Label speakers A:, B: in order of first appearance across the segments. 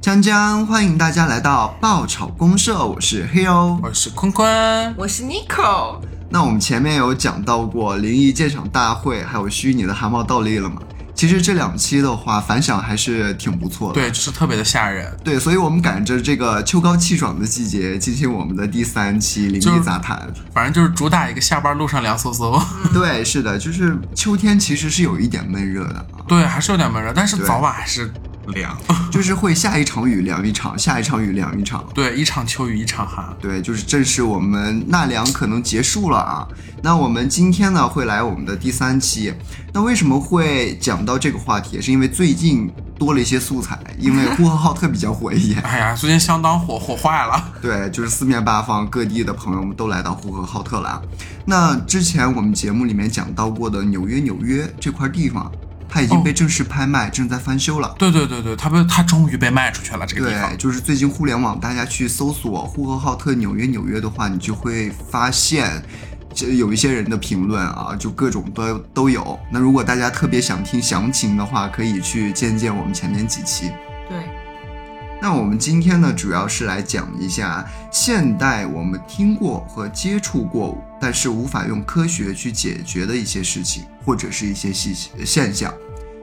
A: 江江，欢迎大家来到爆炒公社，我是 Hill。
B: 我哦是坤坤，
C: 我是 Nico，
A: 那我们前面有讲到过灵异这场大会，还有虚拟的汗毛倒立了嘛？其实这两期的话反响还是挺不错的。
B: 对，就是特别的吓人。
A: 对，所以我们赶着这个秋高气爽的季节进行我们的第三期灵
B: 就
A: 异
B: 是
A: 杂谈。
B: 反正就是主打一个下班路上凉飕飕，
A: 对，是的，就是秋天其实是有一点闷热的啊，
B: 对，还是有点闷热，但是
A: 对
B: 早晚还是凉。
A: 就是会下一场雨凉一场，下一场雨凉一场。
B: 对，一场秋雨一场寒。
A: 对，就是正是我们纳凉可能结束了啊。那我们今天呢会来我们的第三期。那为什么会讲到这个话题？也是因为最近多了一些素材，因为呼和浩特比较火一点。
B: 哎呀，最近相当火，火坏了。
A: 对，就是四面八方各地的朋友们都来到呼和浩特了啊。那之前我们节目里面讲到过的纽约，纽约这块地方，它已经被正式拍卖，正在翻修了。
B: 对对对对，他被他终于被卖出去了这个地方
A: 对，。就是最近互联网，大家去搜索呼和浩特、纽约、纽约的话，你就会发现，这有一些人的评论啊，就各种都都有。那如果大家特别想听详情的话，可以去见见我们前面几期。
C: 对，
A: 那我们今天呢，主要是来讲一下现代我们听过和接触过，但是无法用科学去解决的一些事情，或者是一些细现象。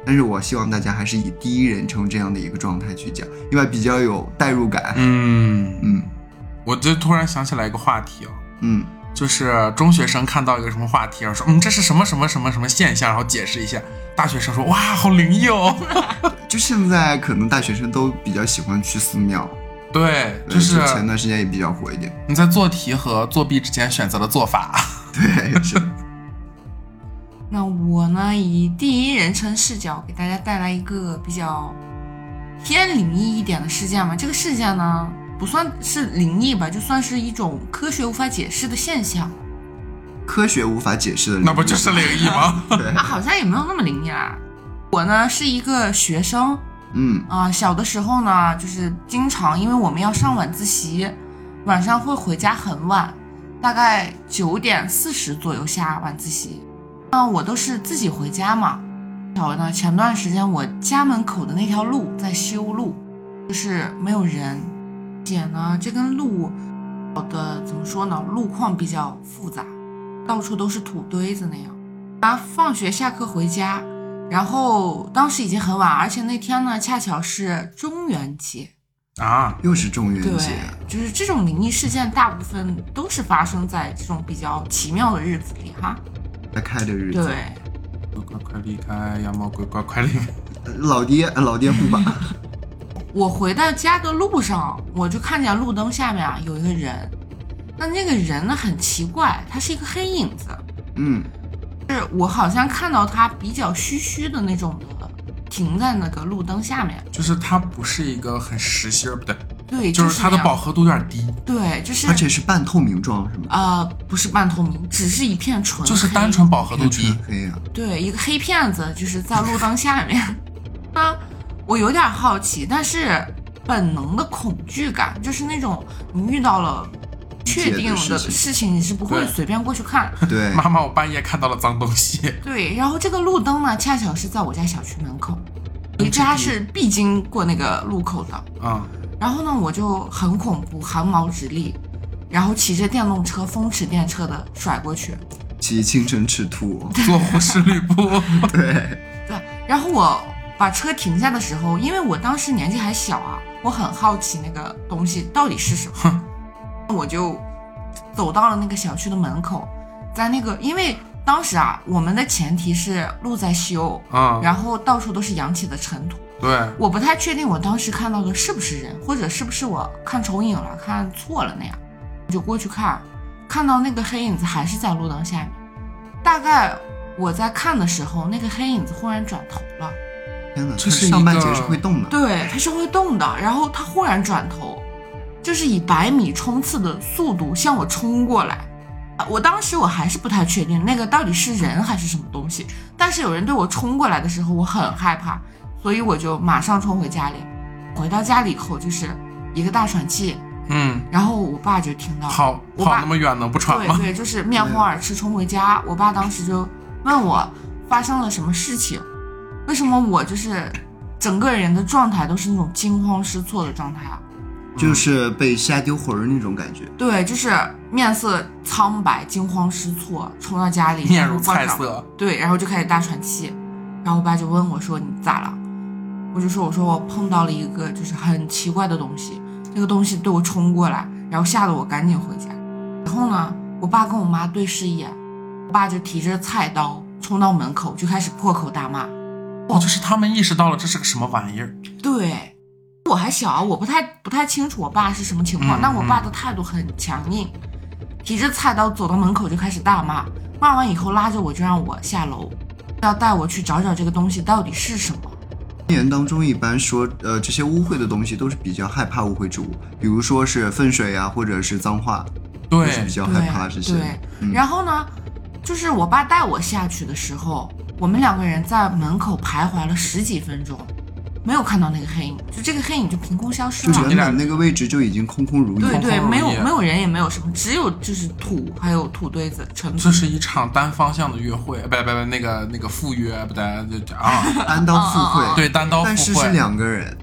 A: 但是我希望大家还是以第一人称这样的一个状态去讲，因为比较有代入感。
B: 嗯，
A: 嗯
B: 我就突然想起来一个话题啊，
A: 嗯，
B: 就是中学生看到一个什么话题，然后说嗯这是什么什么什么什么现象，然后解释一下。大学生说哇好灵异哦，
A: 就现在可能大学生都比较喜欢去寺庙，
B: 对，
A: 对
B: 就是
A: 前段时间也比较火一点。
B: 你在做题和作弊之间选择了做法。
A: 对，是的，
C: 那我呢以第一人称视角给大家带来一个比较偏灵异一点的事件嘛。这个事件呢不算是灵异吧，就算是一种科学无法解释的现象
A: 科学无法解释的，
B: 那不就是灵异吗？
A: 对
C: 啊，，好像也没有那么灵异啦。我呢是一个学生，
A: 嗯
C: 啊、小的时候呢，就是经常因为我们要上晚自习，晚上会回家很晚，大概九点四十左右下晚自习。那我都是自己回家嘛。巧呢，前段时间我家门口的那条路在修路，就是没有人。且呢，这根路我的怎么说呢，路况比较复杂，到处都是土堆子那样。啊，放学下课回家，然后当时已经很晚，而且那天呢，恰巧是中元节，
B: 啊，
A: 又是中元
C: 对
A: 节，，
C: 就是这种灵异事件，大部分都是发生在这种比较奇妙的日子里哈。
A: 在开的日子。
C: 对，
B: 鬼快快离开，妖魔鬼怪快离开！
A: 呃老爹，老爹护 法。
C: 我回到家的路上，我就看见路灯下面啊有一个人，那那个人呢很奇怪，他是一个黑影子，
A: 嗯，
C: 是我好像看到他比较虚虚的那种的，停在那个路灯下面。
B: 就是它不是一个很实心儿，不对，
A: 哎
C: 对，
B: 就是是它的
C: 那样
B: 饱和度有点低，
C: 对，就是
A: 而且是半透明状，是吗？
C: 呃不是半透明，只是一片纯黑，
B: 就是单纯饱和度
C: 嗯
A: 都纯
B: 低。
A: 黑啊。
C: 对，一个黑骗子就是在路灯下面。啊，我有点好奇，但是本能的恐惧感，就是那种你遇到了确定
A: 理解的
C: 的
A: 事情
C: 事情，你是不会
B: 对
C: 随便过去看。
B: 嗯
A: 对，
B: 妈妈，我半夜看到了脏东西，
C: 对，然后这个路灯呢，恰巧是在我家小区门口，回家是必经过那个路口的。
B: 嗯，
C: 然后呢，我就很恐怖，汗毛直立，然后骑着电动车风驰电掣的甩过去。
A: 骑青城赤兔。
B: 坐胡十里铺，
A: 对，
C: 对，然后我把车停下的时候，因为我当时年纪还小啊，我很好奇那个东西到底是什么，我就走到了那个小区的门口，在那个因为当时啊，我们的前提是路在修，
B: 嗯，
C: 然后到处都是扬起的尘土，
B: 对，
C: 我不太确定我当时看到的是不是人，或者是不是我看重影了，看错了那样，我就过去看，看到那个黑影子还是在路灯下面。大概我在看的时候，那个黑影子忽然转头了，
A: 天哪，
B: 这
A: 它
B: 是一
A: 上半截
B: 个
A: 是会动的。
C: 对，它是会动的，然后它忽然转头，就是以百米冲刺的速度向我冲过来。啊我当时我还是不太确定那个到底是人还是什么东西，但是有人对我冲过来的时候，我很害怕，所以我就马上冲回家里。回到家里以后，就是一个大喘气，
B: 嗯，
C: 然后我爸就听到了，
B: 跑
C: 我
B: 跑
C: 爸
B: 那么远能不喘
C: 对
B: 吗？
C: 对，就是面红耳赤冲回家。我爸当时就问我发生了什么事情，为什么我就是整个人的状态都是那种惊慌失措的状态啊。
A: 就是被吓丢魂儿那种感觉。
C: 对，就是面色苍白、惊慌失措，冲到家里，
B: 面如菜
C: 关上
B: 色，
C: 对，然后就开始大喘气，然后我爸就问我说：“你咋了？”我就说：“我说我碰到了一个就是很奇怪的东西，那个东西对我冲过来，然后吓得我赶紧回家。然后呢，我爸跟我妈对视一眼，我爸就提着菜刀冲到门口，就开始破口大骂。
B: 哦，就是他们意识到了这是个什么玩意儿，
C: 对，我还小啊，我不太不太清楚我爸是什么情况，
B: 嗯
C: 但我爸的态度很强硬，提着菜刀走到门口就开始大骂，骂完以后拉着我就让我下楼，要带我去找找这个东西到底是什么。
A: 一年当中，一般说，呃，这些污秽的东西都是比较害怕污秽之物，比如说是粪水啊，或者是脏话，都是
B: 对
A: 比，较害怕这
C: 对
A: 些。
C: 对，
A: 嗯
C: 然后呢，就是我爸带我下去的时候，我们两个人在门口徘徊了十几分钟，没有看到那个黑影，就这个黑影就凭空消失
A: 就
C: 了。
A: 原本那个位置就已经空空如也。
C: 对对，
B: 空空如
C: 没有
B: 也
C: 没有人也没有什么，只有就是土，还有土堆子、尘土
B: 这。是一场单方向的约会，不不不，那个那个赴约，不对对对啊，
A: 单刀赴
C: 嗯嗯嗯
A: 会，
B: 对，单 刀
A: 但是
B: 赴
A: 是
B: 会，
A: 两个人，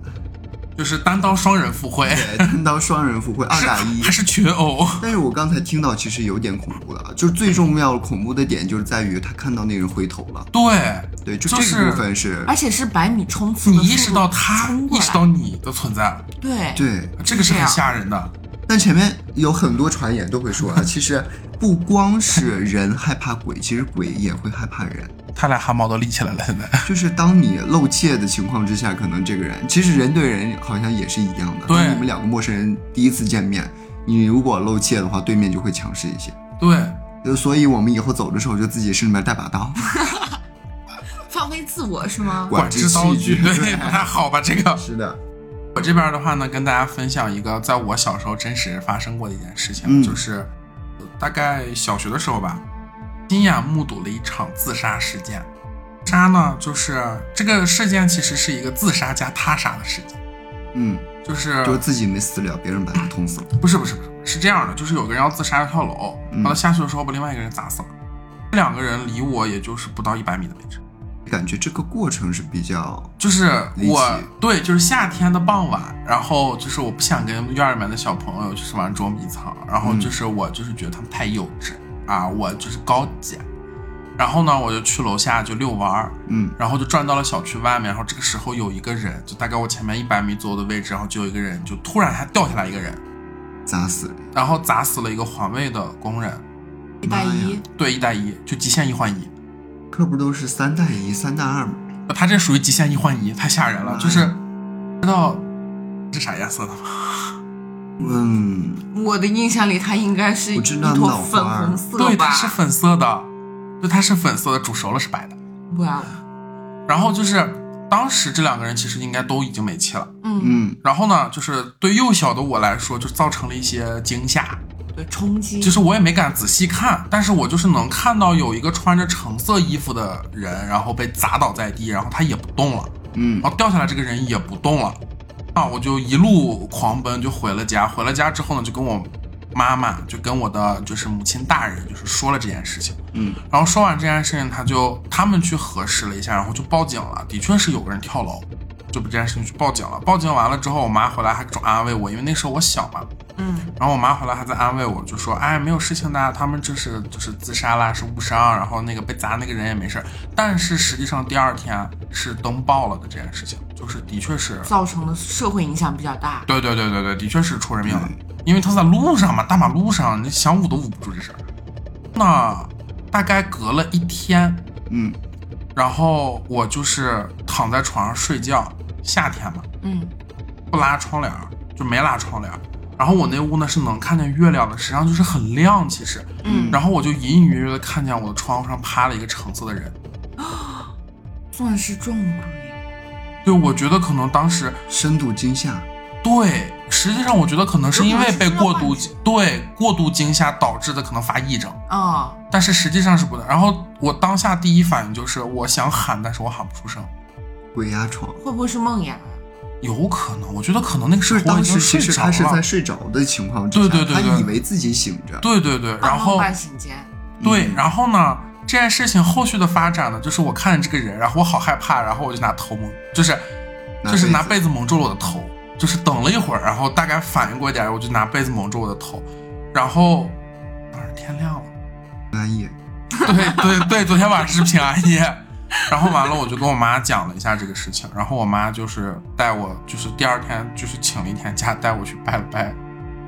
B: 就是单刀双 人赴会，
A: 对，单刀双人赴会，二打一
B: 还。是群殴，
A: 但是我刚才听到其实有点恐怖了，就是最重要恐怖的点就是在于他看到那个人回头了，
B: 对，
A: 对，就
B: 就
A: 这
B: 是
A: 个部分是，
C: 而且是百米冲刺
B: 你
C: 的速
B: 意识
C: 度冲过来，
B: 到他意识到你的存在，
C: 对
A: 对，
B: 这个是
C: 这
B: 很
C: 样
B: 吓人的，
A: 但前面有很多传言都会说啊，其实不光是人害怕鬼，其实鬼也会害怕人。
B: 他俩汗毛都立起来了，现在。
A: 就是当你露怯的情况之下，可能这个人其实人对人好像也是一样的。
B: 对
A: 当你们两个陌生人第一次见面，你如果露怯的话，对面就会强势一些。
B: 对，
A: 就所以，我们以后走的时候就自己身里面带把 刀，
C: 放飞自我是吗？
B: 管
A: 制
B: 制刀
A: 器
B: 具，
A: 具。
B: 对，不太好吧？这个
A: 是的，
B: 我这边的话呢，跟大家分享一个在我小时候真实发生过的一件事情，
A: 嗯
B: 就是呃大概小学的时候吧，亲眼目睹了一场自杀事件。自杀呢，就是这个事件其实是一个自杀加他杀的事件，
A: 嗯，
B: 就是
A: 就是自己没死了，别人把他捅死了。
B: 不是不是不是是这样的，就是有个人要自杀要跳楼，
A: 嗯
B: 然后下去的时候把另外一个人砸死了，这两个人离我也就是不到一百米的位置。
A: 感觉这个过程是比较，
B: 就是
A: 离奇
B: 我对，就是夏天的傍晚，然后就是我不想跟院儿里面的小朋友就是玩捉迷藏，然
A: 嗯
B: 后就是我就是觉得他们太幼稚啊，我就是高级，然后呢我就去楼下就遛弯儿，
A: 嗯，
B: 然后就转到了小区外面，然后这个时候有一个人，就大概我前面一百米左右的位置，然后就有一个人就突然他掉下来一个人，
A: 砸死人。
B: 然后砸死了一个环卫的工人，
C: 一百
A: 妈
C: 一
A: 呀，
B: 对，一带一就极限一换一，
A: 可不都是三带一、三带二吗？
B: 他这属于极限一换一，太吓人了，就是知道是啥颜色的吗？
A: 嗯，
C: 我的印象里他应该是一
A: 我知道
C: 坨
A: 脑花
C: 粉红色
B: 对，它
C: 吧？
B: 是粉色的，对，它是粉色的，煮熟了是白的。
C: 哇，哦
B: 然后就是当时这两个人其实应该都已经没气了。
C: 嗯，
A: 嗯，
B: 然后呢，就是对幼小的我来说，就造成了一些惊吓，
C: 对，冲击
B: 就是我也没敢仔细看，但是我就是能看到有一个穿着橙色衣服的人，然后被砸倒在地，然后他也不动了，
A: 嗯，
B: 然后掉下来这个人也不动了，啊，我就一路狂奔就回了家。回了家之后呢，就跟我妈妈，就跟我的就是母亲大人，就是说了这件事情。
A: 嗯，
B: 然后说完这件事情，他就他们去核实了一下，然后就报警了，的确是有个人跳楼，就把这件事情去报警了。报警完了之后，我妈回来还总安慰我，因为那时候我小嘛。
C: 嗯，
B: 然后我妈回来还在安慰我，就说：“哎，没有事情的，他们就是就是自杀啦，是误伤，然后那个被砸那个人也没事儿。”但是实际上第二天是登报了的这件事情，就是的确是，
C: 造成的社会影响比较大。
B: 对对对对对，的确是出人命了，因为他在路上嘛，大马路上，你想捂都捂不住这事儿。那大概隔了一天，
A: 嗯，
B: 然后我就是躺在床上睡觉，夏天嘛，
C: 嗯，
B: 不拉窗帘儿，就没拉窗帘儿。然后我那屋呢是能看见月亮的，实际上就是很亮，其实。
C: 嗯
B: 然后我就隐隐约约的看见我的窗户上趴了一个橙色的人。
C: 算是撞鬼，
B: 对，我觉得可能当时
A: 深度惊吓，
B: 对，实际上我觉得可能是因为被过度惊对过度惊吓导致的可能发癔症，
C: 啊，
B: 但是实际上是不的。然后我当下第一反应就是我想喊，但是我喊不出声。
A: 鬼压床。
C: 会不会是梦魇？
B: 有可能，我觉得可能那个时
A: 就
B: 候
A: 是当
B: 我已经
A: 时
B: 睡
A: 其实
B: 着
A: 他是在
B: 了。
A: 睡着的情况之下，
B: 对对对对
A: 他以为自己醒着。
B: 对对对，然
C: 半
B: 后
C: 梦半醒间，
B: 对，
A: 嗯
B: 然后呢，这件事情后续的发展呢，就是我看见这个人，然后我好害怕，然后我就拿头蒙，就是就是拿
A: 被
B: 被子蒙住了我的头，就是等了一会儿，然后大概反应过一点，我就拿被子蒙住我的头，然后当时天亮了，
A: 安夜，
B: 对对对，昨天晚上是平安夜，然后完了我就跟我妈讲了一下这个事情，然后我妈就是带我，就是第二天就是请了一天假，带我去拜了拜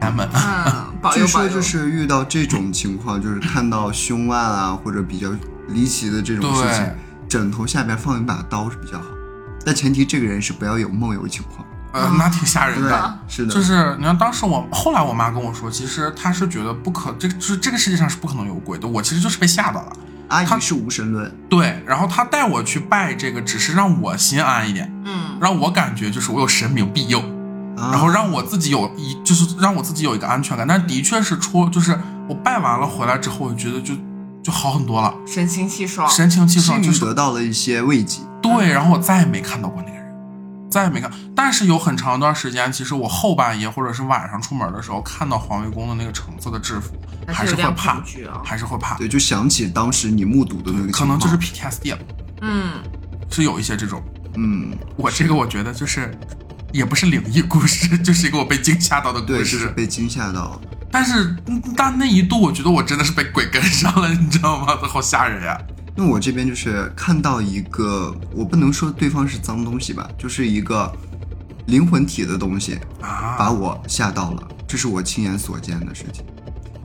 B: 南门。
C: 嗯，保
A: 据
C: 佑保
A: 说
C: 佑，
A: 就是遇到这种情况，就是看到凶案啊或者比较离奇的这种事情
B: 对，，
A: 枕头下边放一把刀是比较好，但前提这个人是不要有梦游情况。
B: 呃，那挺吓人的。
A: 对，是的，
B: 就是你看，当时我后来我妈跟我说，其实她是觉得不可，这就是这个世界上是不可能有鬼的。我其实就是被吓到了。
A: 阿
B: 他
A: 姨是无神论，
B: 对，然后她带我去拜这个，只是让我心安一点，
C: 嗯，
B: 让我感觉就是我有神明庇佑，
A: 然
B: 然后让我自己有一就是让我自己有一个安全感。但是的确是出，就是我拜完了回来之后，我觉得就就好很多了，
C: 神清气爽，
B: 神清气
A: 幸
B: 爽，就
A: 运
B: 是
A: 得到了一些慰藉。
B: 对，然后我再也没看到过那个人，再也没看。但是有很长一段时间，其实我后半夜或者是晚上出门的时候，看到环卫工的那个橙色的制服，还
C: 还是有
B: 会
C: 点
B: 怕
C: 恐，惧啊，
B: 还是会怕。
A: 对，就想起当时你目睹的那个情
B: 可
A: 况，
B: 能就是 PTSD 了，
C: 嗯，
B: 是有一些这种。
A: 嗯，
B: 我这个我觉得就是，也不是灵异故事， 就是一个我被惊吓到的故
A: 对，就是
B: 事。
A: 被惊吓到。
B: 但是，嗯但那一度我觉得我真的是被鬼跟上了，你知道吗？好吓人呀、
A: 那我这边就是看到一个，我不能说对方是脏东西吧，就是一个灵魂体的东西
B: 啊！
A: 把我吓到了，这是我亲眼所见的事情。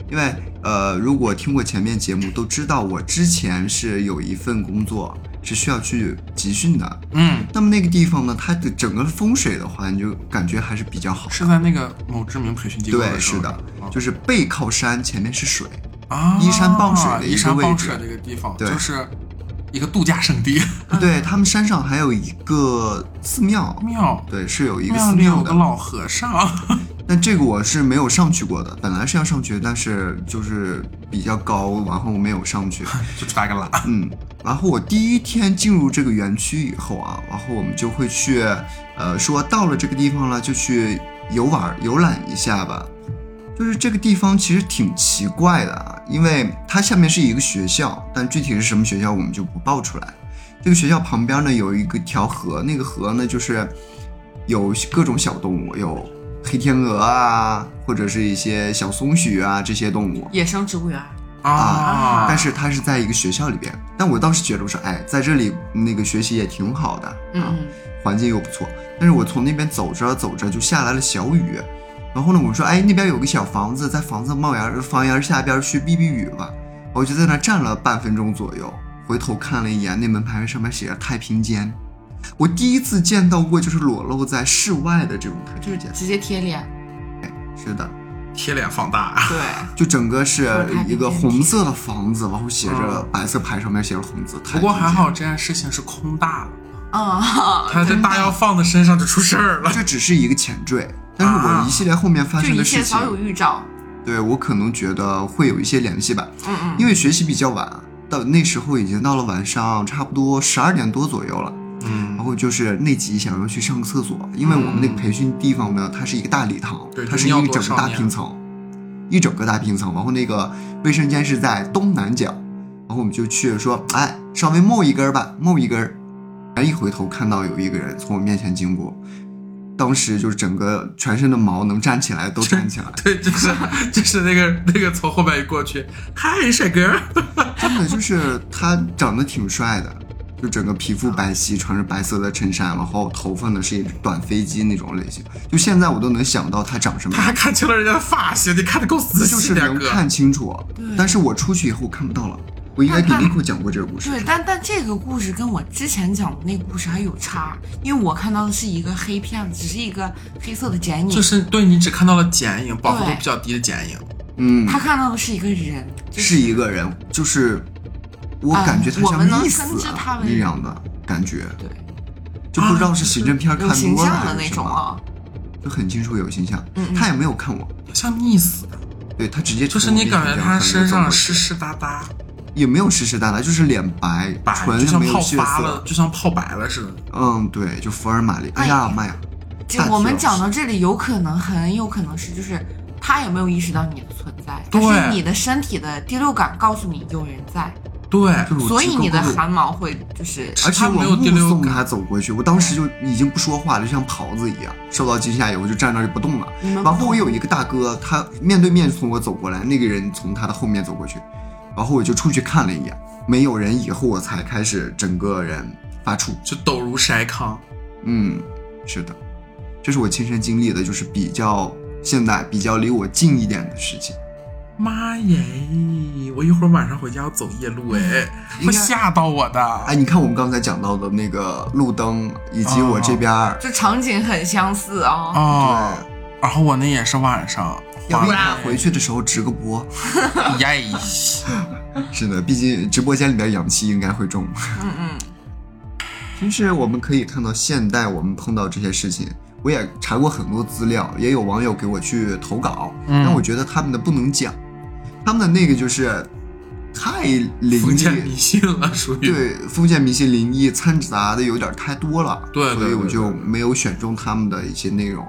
A: 因为呃，如果听过前面节目都知道，我之前是有一份工作是需要去集训的。
B: 嗯，
A: 那么那个地方呢，它的整个风水的话，你就感觉还是比较好。
B: 是在那个某知名培训机构
A: 对，
B: 时
A: 是
B: 候嗯
A: 的，
B: 吗
A: 就是背靠山，前面是水。
B: 啊，
A: 依山傍水的一
B: 依
A: 个
B: 山
A: 位
B: 傍
A: 置
B: 水的一个地方，
A: 对
B: 就是一个度假胜 地
A: 对他们山上还有一个寺庙，
B: 庙。
A: 对，是有一个
B: 嗯庙
A: 寺
B: 里
A: 庙
B: 有个
A: 的。
B: 老和尚，
A: 但这个我是没有上去过的，本来是要上去，但是就是比较高，然后我没有上去。
B: 就是打个懒。
A: 嗯，然后我第一天进入这个园区以后啊，然后我们就会去，呃，说到了这个地方了，就去游玩儿游览一下吧。就是这个地方其实挺奇怪的啊，因为它下面是一个学校，但具体是什么学校我们就不报出来。这个学校旁边呢有一个条河，那个河呢就是有各种小动物，有黑天鹅啊，或者是一些小松鼠啊这些动物。
C: 野生植物园，
B: 啊
C: 啊！
A: 但是他是在一个学校里边。但我当时觉得我说，哎，在这里那个学习也挺好的，啊，
C: 嗯
A: 环境又不错。但是我从那边走着走着就下来了小雨，然后呢，我说，哎，那边有个小房子，在房子帽檐房檐下边去避避雨吧。我就在那站了半分钟左右，回头看了一眼，那门牌上面写着太平间。我第一次见到过就是裸露在室外的这种太平间
C: 嗯，，直接贴脸，
A: 是的，
B: 贴脸放大，
C: 对，
A: 就整个是
C: 说太平
A: 一个
C: 间
A: 红色的房子，然后写着
B: 嗯
A: 白色牌上面写着红字。太
B: 不过
A: 平
B: 还
A: 间
B: 好这件事情是空大了，
C: 啊，
B: 他这大药放在身上就出事儿了。
A: 这只是一个前缀，但是我一系列后面发
C: 啊就
A: 生
C: 一
A: 的
C: 切
A: 事情，
C: 早有预兆，
A: 对我可能觉得会有一些联系吧，
C: 嗯嗯，
A: 因
C: 为
A: 为学习比较晚，到那时候已经到了晚上差不多十二点多左右了，然
B: 嗯，
A: 后就是内急想要去上个厕所，因为我们那个培训地方呢，它是一个大礼堂
B: 对，
A: 它是
B: 尿
A: 一
B: 多
A: 整个
B: 少
A: 大
B: 年，
A: 平层，一整个大平层，然后那个卫生间是在东南角，然后我们就去说，哎，稍微摸一根儿吧，摸一根儿，然后一回头看到有一个人从我面前经过，当时就是整个全身的毛能站起来都站起来
B: 对， 就是就是那个那个从后面一过去，嗨，帅哥，
A: 真的就是他长得挺帅的。就整个皮肤白皙，穿着白色的衬衫，然后头发呢是一短飞机那种类型。就现在我都能想到他长什么
B: 他
A: 样
B: 还。看清了人家的发型，你看的够仔
A: 就
B: 细
A: 是
B: 点，
A: 能
B: 哥。
A: 看清楚，但是我出去以后看不到了。我应该给
C: 那
A: Nico 讲过这个故事，
C: 对，但但这个故事跟我之前讲的那个故事还有差，因为我看到的是一个黑片子，只是一个黑色的剪影，
B: 就是对你只看到了剪影，饱和度
C: 对
B: 比较低的剪影。
A: 嗯，
C: 他看到的是一个人，就是
A: 一个人，就是我
C: 啊
A: 感觉他
C: 我
A: 像
C: 们能
A: 溺
C: 称
A: 死
C: 之他为
A: 那样的感觉，
C: 对，
A: 就不知道是刑侦片看
C: 啊有形
A: 多了
C: 象的
A: 还
C: 那
A: 是什
C: 种
A: 么，
C: 啊，
A: 就很清楚有形象
C: 嗯。嗯
A: 他也没有看我，
B: 像溺死的，
A: 对他直接
B: 就是
A: 从我面
B: 你
A: 前
B: 感觉
A: 这样
B: 他
A: 翻
B: 身
A: 着走
B: 上
A: 过去
B: 湿湿哒哒，
A: 也没有湿湿哒哒，就是脸白，
B: 白
A: 唇
B: 就
A: 上
B: 像
A: 没有
B: 泡
A: 血
B: 发了，
A: 色，
B: 就像泡白了似的。
A: 嗯，对，就福尔马林。哎
C: 哎
A: 呀妈呀，
C: 这
A: 大致
C: 我们
A: 有
C: 讲到这里，有可能很有可能是就是他有没有意识到你的存在，但
B: 对
C: 是你的身体的第六感告诉你有人在，
B: 对，
A: 所
C: 所以你的汗毛会就是
A: 而且
B: 它没
A: 我
B: 有第
A: 目
B: 六
A: 送
B: 感
A: 他走过去，我当时就已经不说话了，就像狍子一样，受到惊吓以后就站那儿就不动了。
C: 你们不
A: 然后我
C: 懂
A: 有一个大哥，他面对面从我走过来，那个人从他的后面走过去，然后我就出去看了一眼，没有人以后我才开始整个人发怵。
B: 就抖如筛糠。
A: 嗯，是的，这是我亲身经历的，就是比较现在比较离我近一点的事情。
B: 妈耶！我一会儿晚上回家要走夜路哎，
A: 嗯应 该
B: 会吓到我的。
A: 哎，你看我们刚才讲到的那个路灯，以及
B: 嗯
A: 我这边儿、
C: 就场景很相似啊、
B: 哦，然后我那也是晚上，
A: 对， 要不然
B: 回
A: 回去的时候直个播。
B: 耶，
A: 是的，毕竟直播间里边氧气应该会重。
C: 嗯嗯，
A: 其实我们可以看到，现代我们碰到这些事情，我也查过很多资料，也有网友给我去投稿，
B: 嗯
A: 但我觉得他们的不能讲，他们的那个就是太灵
B: 封
A: 异
B: 建，迷信了，属于
A: 对封建迷信、灵异掺杂的有点太多了，
B: 对对
A: 所以
B: 对
A: 我
B: 对
A: 就
B: 对
A: 没有选中他们的一些内容。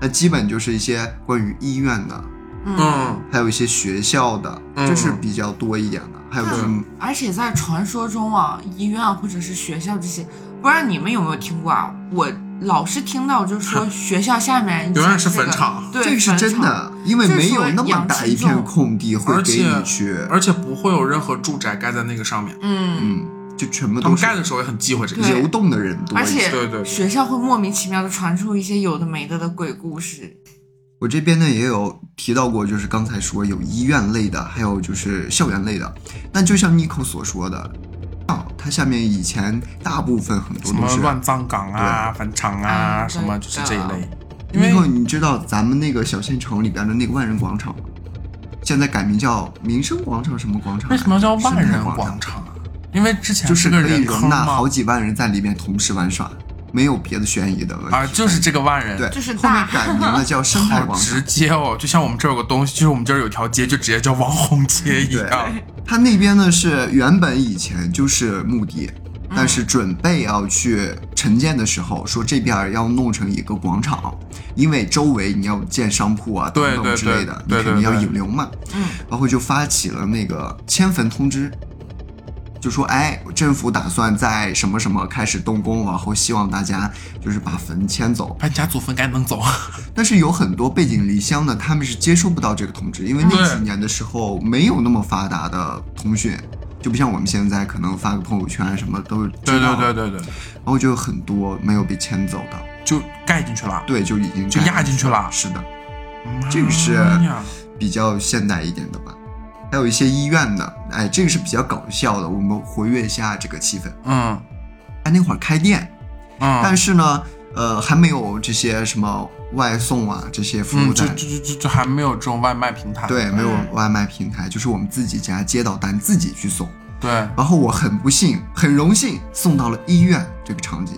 A: 那基本就是一些关于医院的，
B: 嗯，
A: 还有一些学校的，
B: 嗯
A: 这是比较多一点的，还有就是
C: 嗯而且在传说中啊，医院或者是学校这些，不知道你们有没有听过啊？我老是听到就是 说学校下面以前
B: 永远是
C: 这个
B: 坟场
C: 对，
A: 这个是
C: 坟
A: 真
C: 场。
A: 的，因为没有那么大一片空地会
B: 而
A: 给
B: 且
A: 你去，
B: 而且不会有任何住宅盖在那个上面。
C: 嗯，
A: 嗯，就全部
B: 他
A: 都
B: 们
A: 是
B: 盖的时候也很忌讳这个
C: 对
B: 事。
A: 流动的人多
C: 而
A: 一些。
B: 对对
C: 且
B: 对
C: 学校会莫名其妙的传出一些有的没的的鬼故事。
A: 我这边呢也有提到过，就是刚才说有医院类的，还有就是校园类的。那就像 Nico 所说的，啊它下面以前大部分很多
B: 什
A: 都
B: 么
A: 是。
B: 乱葬岗啊、坟场啊，
C: 嗯
B: 什么就是这一类。因
A: Nico，
B: 为
A: 你知道咱们那个小县城里边的那个万人广场吗？现在改名叫民生广场什么广场来
B: 为
A: 着？
B: 什么叫万
A: 生态
B: 人
A: 广
B: 广？场啊？因为之前
A: 就是
B: 个
A: 可以
B: 人
A: 容
B: 坑
A: 纳
B: 嘛
A: 好，几万人在里面同时玩耍，没有别的悬疑的问题
B: 啊，就是这个万人。
A: 对，
C: 就是
A: 后面
C: 大
A: 改名了叫生态
B: 好
A: 广
B: 直
A: 场。
B: 接哦，就像我们这儿有个东西，就是我们这儿有条街，就直接叫网红街一样。
A: 它那边呢是原本以前就是墓地，但是准备要去承建的时候，说这边儿要弄成一个广场，因为周围你要建商铺啊等
B: 对
A: 等
B: 对
A: 之
B: 对
A: 类的，你
B: 对
A: 肯定
B: 对
A: 要
B: 对
A: 引流嘛。
C: 嗯，
A: 然后就发起了那个迁坟通知。就说哎，政府打算在什么什么开始动工，然后希望大家就是把坟迁走。
B: 搬家祖坟该能走，啊
A: 但是有很多背井离乡的，他们是接收不到这个通知，因为那
B: 对
A: 几年的时候没有那么发达的通讯，就不像我们现在可能发个朋友圈什么都知道。
B: 对对对。对对，
A: 然后就有很多没有被迁走的，
B: 就盖进去了，
A: 对，就已经
B: 就压进去了。
A: 是的，
B: 妈
A: 这个是
B: 呀
A: 比较现代一点的吧。还有一些医院的，哎，这个是比较搞笑的，我们活跃一下这个气氛。
B: 嗯
A: 哎，那会儿开店，
B: 嗯，
A: 但是呢，呃，还没有这些什么外送啊这些服务
B: 嗯，
A: 在
B: 就就就就就还没有这种外卖平台。
A: 对，没有
B: 嗯
A: 外卖平台，就是我们自己家接到单自己去送。
B: 对，
A: 然后我很不幸，很荣幸送到了医院这个场景，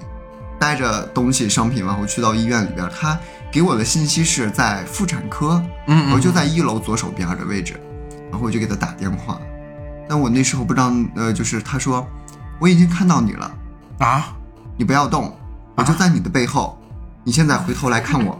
A: 带着东西商品，然后去到医院里边，他给我的信息是在妇产科，
B: 嗯
A: 我
B: 嗯，
A: 就在一楼左手边的位置，然后我就给他打电话，但我那时候不知道，呃，就是他说我已经看到你了，
B: 啊，
A: 你不要动，我就在你的背后，你现在回头来看我。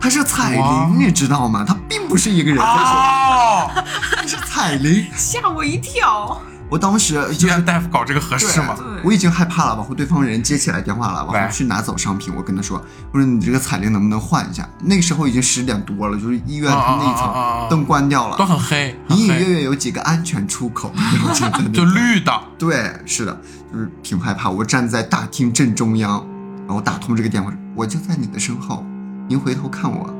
A: 他是彩
B: 哇
A: 铃，你知道吗？他并不是一个人在说，
B: 哦，
A: 他是彩铃。
C: 吓我一跳。
A: 我当时
B: 医
A: 就
B: 院大夫搞这个合适吗？
C: 对
A: 我已经害怕了，然后对方人接起来电话了，然
B: 喂
A: 后去拿走商品。我跟他说，我说你这个彩铃能不能换一下？那个时候已经十点多了，就是医院
B: 啊
A: 它
B: 啊
A: 那一
B: 啊啊啊啊
A: 层灯关掉
B: 都
A: 了，
B: 很黑，很
A: 隐隐约
B: 黑，
A: 约有几个安全出口，然后站在那
B: 就
A: 边
B: 绿的。
A: 对，是的，就是挺害怕。我站在大厅正中央，然后打通这个电话，我就在你的身后，您回头看我，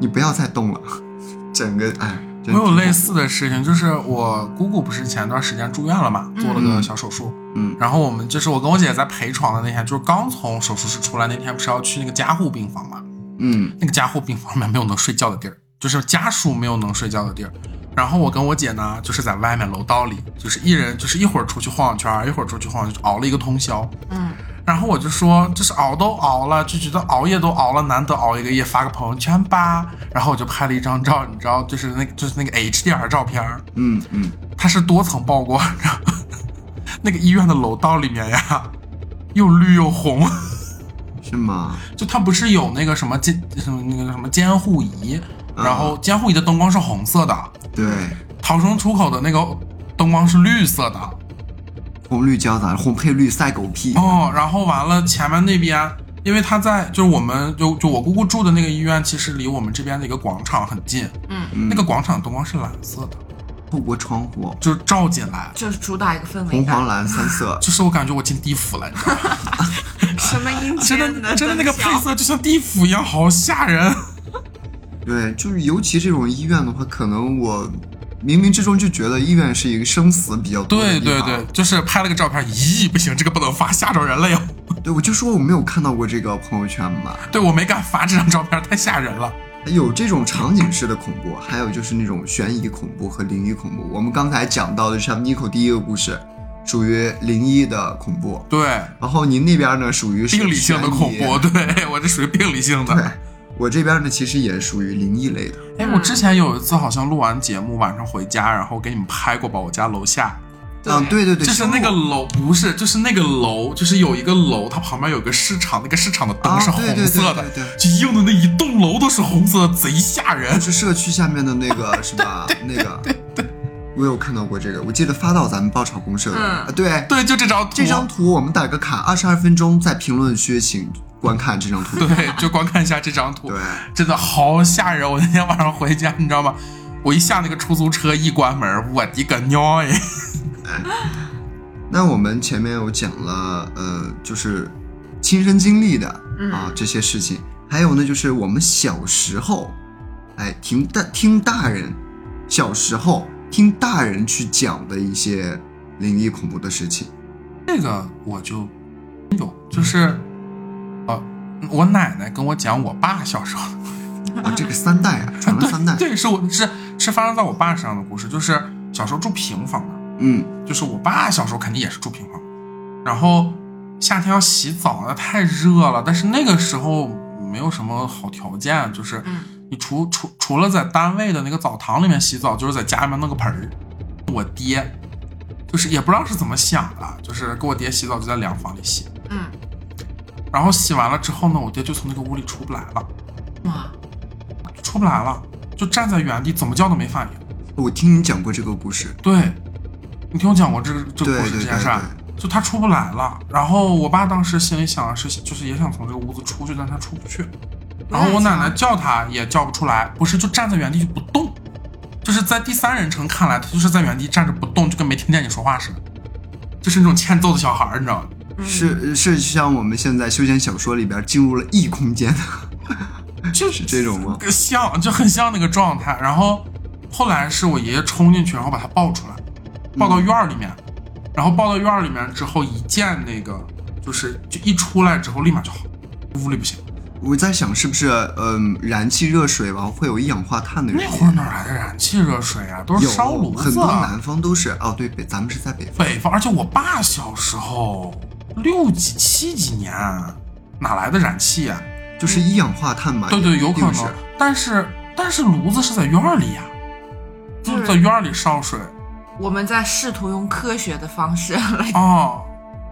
A: 你不要再动了。 整个哎，真
B: 我有
A: 挺
B: 类
A: 恐
B: 似的事情，就是我姑姑不是前段时间住院了嘛，做了个小手术。
A: 嗯
B: 然后我们就是我跟我姐姐在陪床的那天，就是刚从手术室出来那天，不是要去那个加护病房嘛？
A: 怖，嗯
B: 那个加护病房里面没有能睡觉的地儿，就是家属没有能睡觉的地儿。然后我跟我姐呢，就是在外面楼道里，就是一人就是一会儿出去晃悠圈儿，一会儿出去晃悠，熬了一个通宵。
C: 嗯，
B: 然后我就说，就是熬都熬了，就觉得熬夜都熬了，难得熬一个夜，发个朋友圈吧。然后我就拍了一张照，你知道，就是那个就是那个 HDR 照片儿，
A: 嗯嗯，
B: 它是多层曝光， 然后那个医院的楼道里面呀，又绿又红，
A: 是吗？
B: 就它不是有那个什么监什么那个什么监护仪，
A: 嗯
B: 然后监护仪的灯光是红色的，
A: 对，
B: 逃生出口的那个灯光是绿色的，
A: 红绿交杂，红配绿赛狗屁。
B: 哦，然后完了前面那边，因为他在就是我们就就我姑姑住的那个医院，其实离我们这边的一个广场很近，
A: 嗯
B: 那个广场灯光是蓝色的，
A: 透过窗户，
B: 就照进来，，
C: 就是主打一个氛围
A: 红
C: 感
A: 黄，蓝三色
B: 就是我感觉我进地府了，你知道吗？
C: 什么阴 间
B: 真的真的那个配
C: 灯效
B: 色就像地府一样，好吓 人。
A: 对，就是尤其这种医院的话，可能我冥冥之中就觉得医院是一个生死比较多的
B: 对
A: 地
B: 对
A: 方。
B: 对，就是拍了个照片，咦，不行，这个不能发，吓着人了哟。
A: 对，我就说我没有看到过这个朋友圈嘛，
B: 对我没敢发这张照片，太吓人了。
A: 有这种场景式的恐怖，还有就是那种悬疑恐怖和灵异恐怖。我们刚才讲到的是 Nico 第一个故事，属于灵异的恐怖，
B: 对，
A: 然后您那边呢属于是
B: 病理性的恐
A: 悬疑
B: 怖，对 我这属于病理性的。
A: 对，我这边呢其实也属于灵异类的。
B: 哎，我之前有一次好像录完节目晚上回家，然后给你们拍过吧，我家楼下
A: 嗯，对对对，
B: 就是那个
A: 修路
B: 楼，不是，就是那个楼，就是有一个楼，它旁边有个市场，那个市场的灯
A: 啊
B: 是红
A: 对对对
B: 色的，
A: 对对
B: 就映的那一栋楼都是红色的，贼吓人
A: 就。是社区下面的那个 是吧？那个，我有看到过这个，我记得发到咱们爆炒公社的、
C: 嗯
A: 啊，对。
B: 对，就这张图，
A: 这张图我们打个卡，二十二分钟在评论区请观看这张图。
B: 对，就光看一下这张图
A: 对，，
B: 真的好吓人。我那天晚上回家，你知道吗？我一下那个出租车，一关门，我的个娘哎！
A: 那我们前面有讲了，呃，就是亲身经历的
B: 嗯
A: 啊、这些事情，还有呢，就是我们小时候，哎，听大听大人，小时候听大人去讲的一些灵异恐怖的事情。
B: 这个我就有，就是，呃，我奶奶跟我讲我爸小时候的
A: 啊，这个三代啊，传了三代。
B: 对，是我是是发生在我爸身上的故事，就是小时候住平房嘛，
A: 嗯，
B: 就是我爸小时候肯定也是住平房，然后夏天要洗澡，那太热了，但是那个时候没有什么好条件，就是你除除除了在单位的那个澡堂里面洗澡，就是在家里面弄个盆儿。我爹就是也不知道是怎么想的，就是跟我爹洗澡就在两房里洗，
C: 嗯，
B: 然后洗完了之后呢，我爹就从那个屋里出不来了，
C: 哇，
B: 出不来了，就站在原地，怎么叫都没反应。
A: 我听你讲过这个故事。
B: 对，你听我讲过这个这个
A: 对
B: 故事
A: 对
B: 这件
A: 对
B: 事儿
A: 对，
B: 就他出不来了。然后我爸当时心里想的是，就是也想从这个屋子出去，但他出不去。然
A: 哎
B: 后我奶
A: 啊
B: 奶叫他也叫不出来，不是就站在原地就不动，就是在第三人称看来，他就是在原地站着不动，就跟没听见你说话似的，就是那种欠揍的小孩儿，你知道吗？
C: 嗯
A: 是是像我们现在休闲小说里边进入了异空间， 就是这种吗？
B: 像就很像那个状态。然后后来是我爷爷冲进去，然后把他抱出来，抱到院儿里面，然后抱到院儿里面之后，一见那个就是就一出来之后立马就好，屋里不行，
A: 我在想是不是嗯、燃气热水吧会有一氧化碳的原
B: 那
A: 因？
B: 会儿哪来的燃气热水啊？都是
A: 有
B: 烧炉
A: 很
B: 子
A: 多
B: 啊。
A: 南方都是哦，对北咱们是在北方，
B: 北方，而且我爸小时候六几七几年，哪来的燃气啊？
A: 就是一氧化碳嘛。
B: 对对，有可
A: 一定
B: 能
A: 是。
B: 但是但是炉子是在院儿里呀、就
C: 就是
B: 在院儿里烧水。
C: 我们在试图用科学的方式 来，
B: 哦，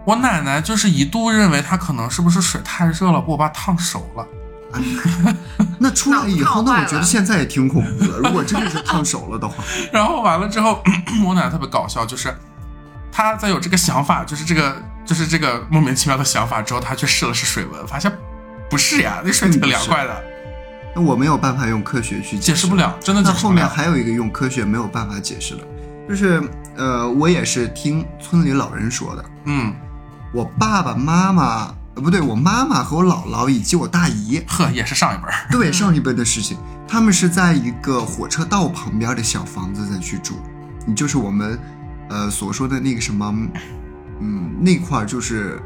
B: 我奶奶就是一度认为她可能是不是水太热了，把我爸烫熟了。
A: 那出来以后，
C: 那我
A: 那
C: 看坏
A: 我觉得
C: 了
A: 现在也挺恐怖的。如果真的是烫手了的话，
B: 然后完了之后， 咳咳我奶奶特别搞笑，就是她在有这个想法，就是这个就是这个莫名其妙的想法之后，她去试了试水温，发现不是呀，那水
A: 嗯
B: 挺凉快的，
A: 那我没有办法用科学去
B: 解释不了，真的
A: 那
B: 解释
A: 后
B: 不
A: 面
B: 了。
A: 还有一个用科学没有办法解释的，就是呃，我也是听村里老人说的，
B: 嗯，
A: 我爸爸妈妈呃不对，我妈妈和我姥姥以及我大 姨，
B: 呵，也是上一本儿。
A: 对上一辈的事情，他们是在一个火车道旁边的小房子再去住，你就是我们呃所说的那个什么，嗯，那块儿就是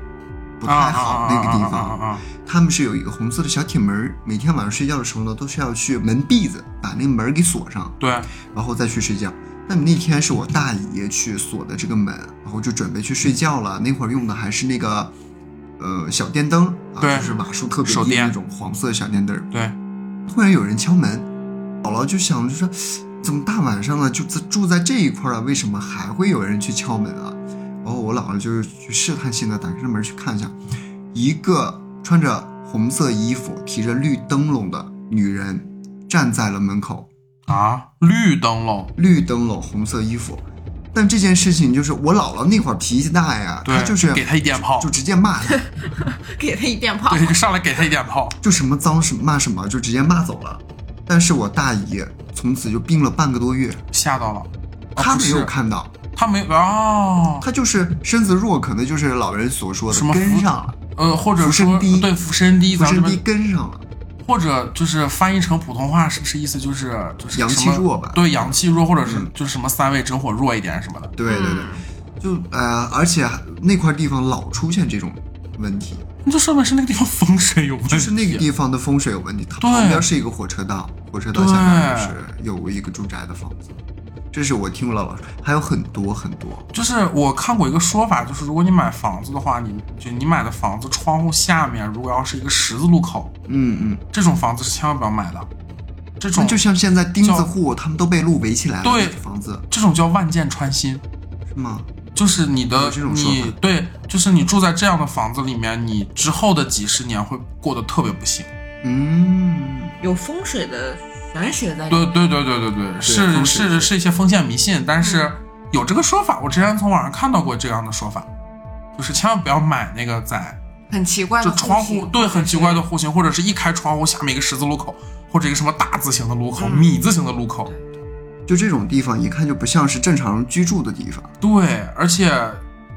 A: 不
B: 啊
A: 太好那个地
B: 啊啊啊啊
A: 方，
B: 啊
A: 他们是有一个红色的小铁门儿，每天晚上睡觉的时候呢，都是要去门闭子把那个门儿给锁上。
B: 对，
A: 然后再去睡觉。那么那天是我大姨去锁的这个门，然后就准备去睡觉了。那会儿用的还是那个，呃，小电灯，啊、
B: 对
A: 就是瓦数特别
B: 手
A: 低的
B: 电
A: 那种黄色小电灯。
B: 对，
A: 突然有人敲门，姥姥就想着说，怎么大晚上了，就在住在这一块儿了，为什么还会有人去敲门啊？然后我姥姥就是去试探性的打开门去看一下，一个穿着红色衣服、提着绿灯笼的女人站在了门口。
B: 啊，绿灯笼，
A: 绿灯笼、红色衣服，但这件事情就是我姥姥那会儿脾气大呀，
B: 对，
A: 她就是
B: 给他一电炮
A: 就，直接骂她，
C: 给他一电炮，
B: 对，就上来给他一电炮，
A: 就什么脏什么骂什么，就直接骂走了。但是我大姨从此就病了半个多月，
B: 吓到了。哦
A: 她
B: 不
A: 没
B: 是
A: 有看到，
B: 他没哦，
A: 她就是身子弱，可能就是老人所说的
B: 什么
A: 跟
B: 扶
A: 上了，
B: 呃，或者
A: 俯身
B: 说
A: 低
B: 对俯身低，
A: 不
B: 咱
A: 是
B: 们这
A: 低
B: 边
A: 跟上了，
B: 或者就是翻译成普通话，是不是意思就是就是
A: 阳气
B: 什么
A: 弱吧
B: 对，阳气弱，或者是
A: 嗯
B: 就是什么三味真火弱一点什么的。
A: 对对对，
C: 嗯
A: 就呃，而且那块地方老出现这种问题，
B: 那就说明是那个地方风水有问题。啊
A: 就是那个地方的风水有问题，它
B: 嗯对
A: 旁边是一个火车道，火车道
B: 对
A: 下面就是有一个住宅的房子，这是我听过了，还有很多很多，
B: 就是我看过一个说法，就是如果你买房子的话，你就你买的房子窗户下面如果要是一个十字路口，
A: 嗯嗯，
B: 这种房子是千万不要买的。这
A: 那
B: 种
A: 就像现在钉子
B: 叫
A: 户他们都被路围起来了，
B: 对
A: 那个房子
B: 这种叫万箭穿心，
A: 是吗？
B: 就是你
A: 有
B: 的
A: 这种说法
B: 你对，就是你住在这样的房子里面，你之后的几十年会过得特别不幸。
A: 嗯，
C: 有风水的玄学在里
B: 对
C: 面。
B: 对对对对对，
A: 风
B: 是
A: 水
B: 是是一些封建迷信，但是
C: 嗯
B: 有这个说法，我之前从网上看到过这样的说法，就是千万不要买那个在
C: 很奇怪
B: 嗯就
C: 的
B: 窗
C: 户
B: 户
C: 型
B: 对很奇怪的户型，或者是一开窗户下面一个十字路口，或者一个什么大字形的路
C: 嗯
B: 口、米字形的路口，
A: 就这种地方一看就不像是正常人居住的地方，
B: 对，而且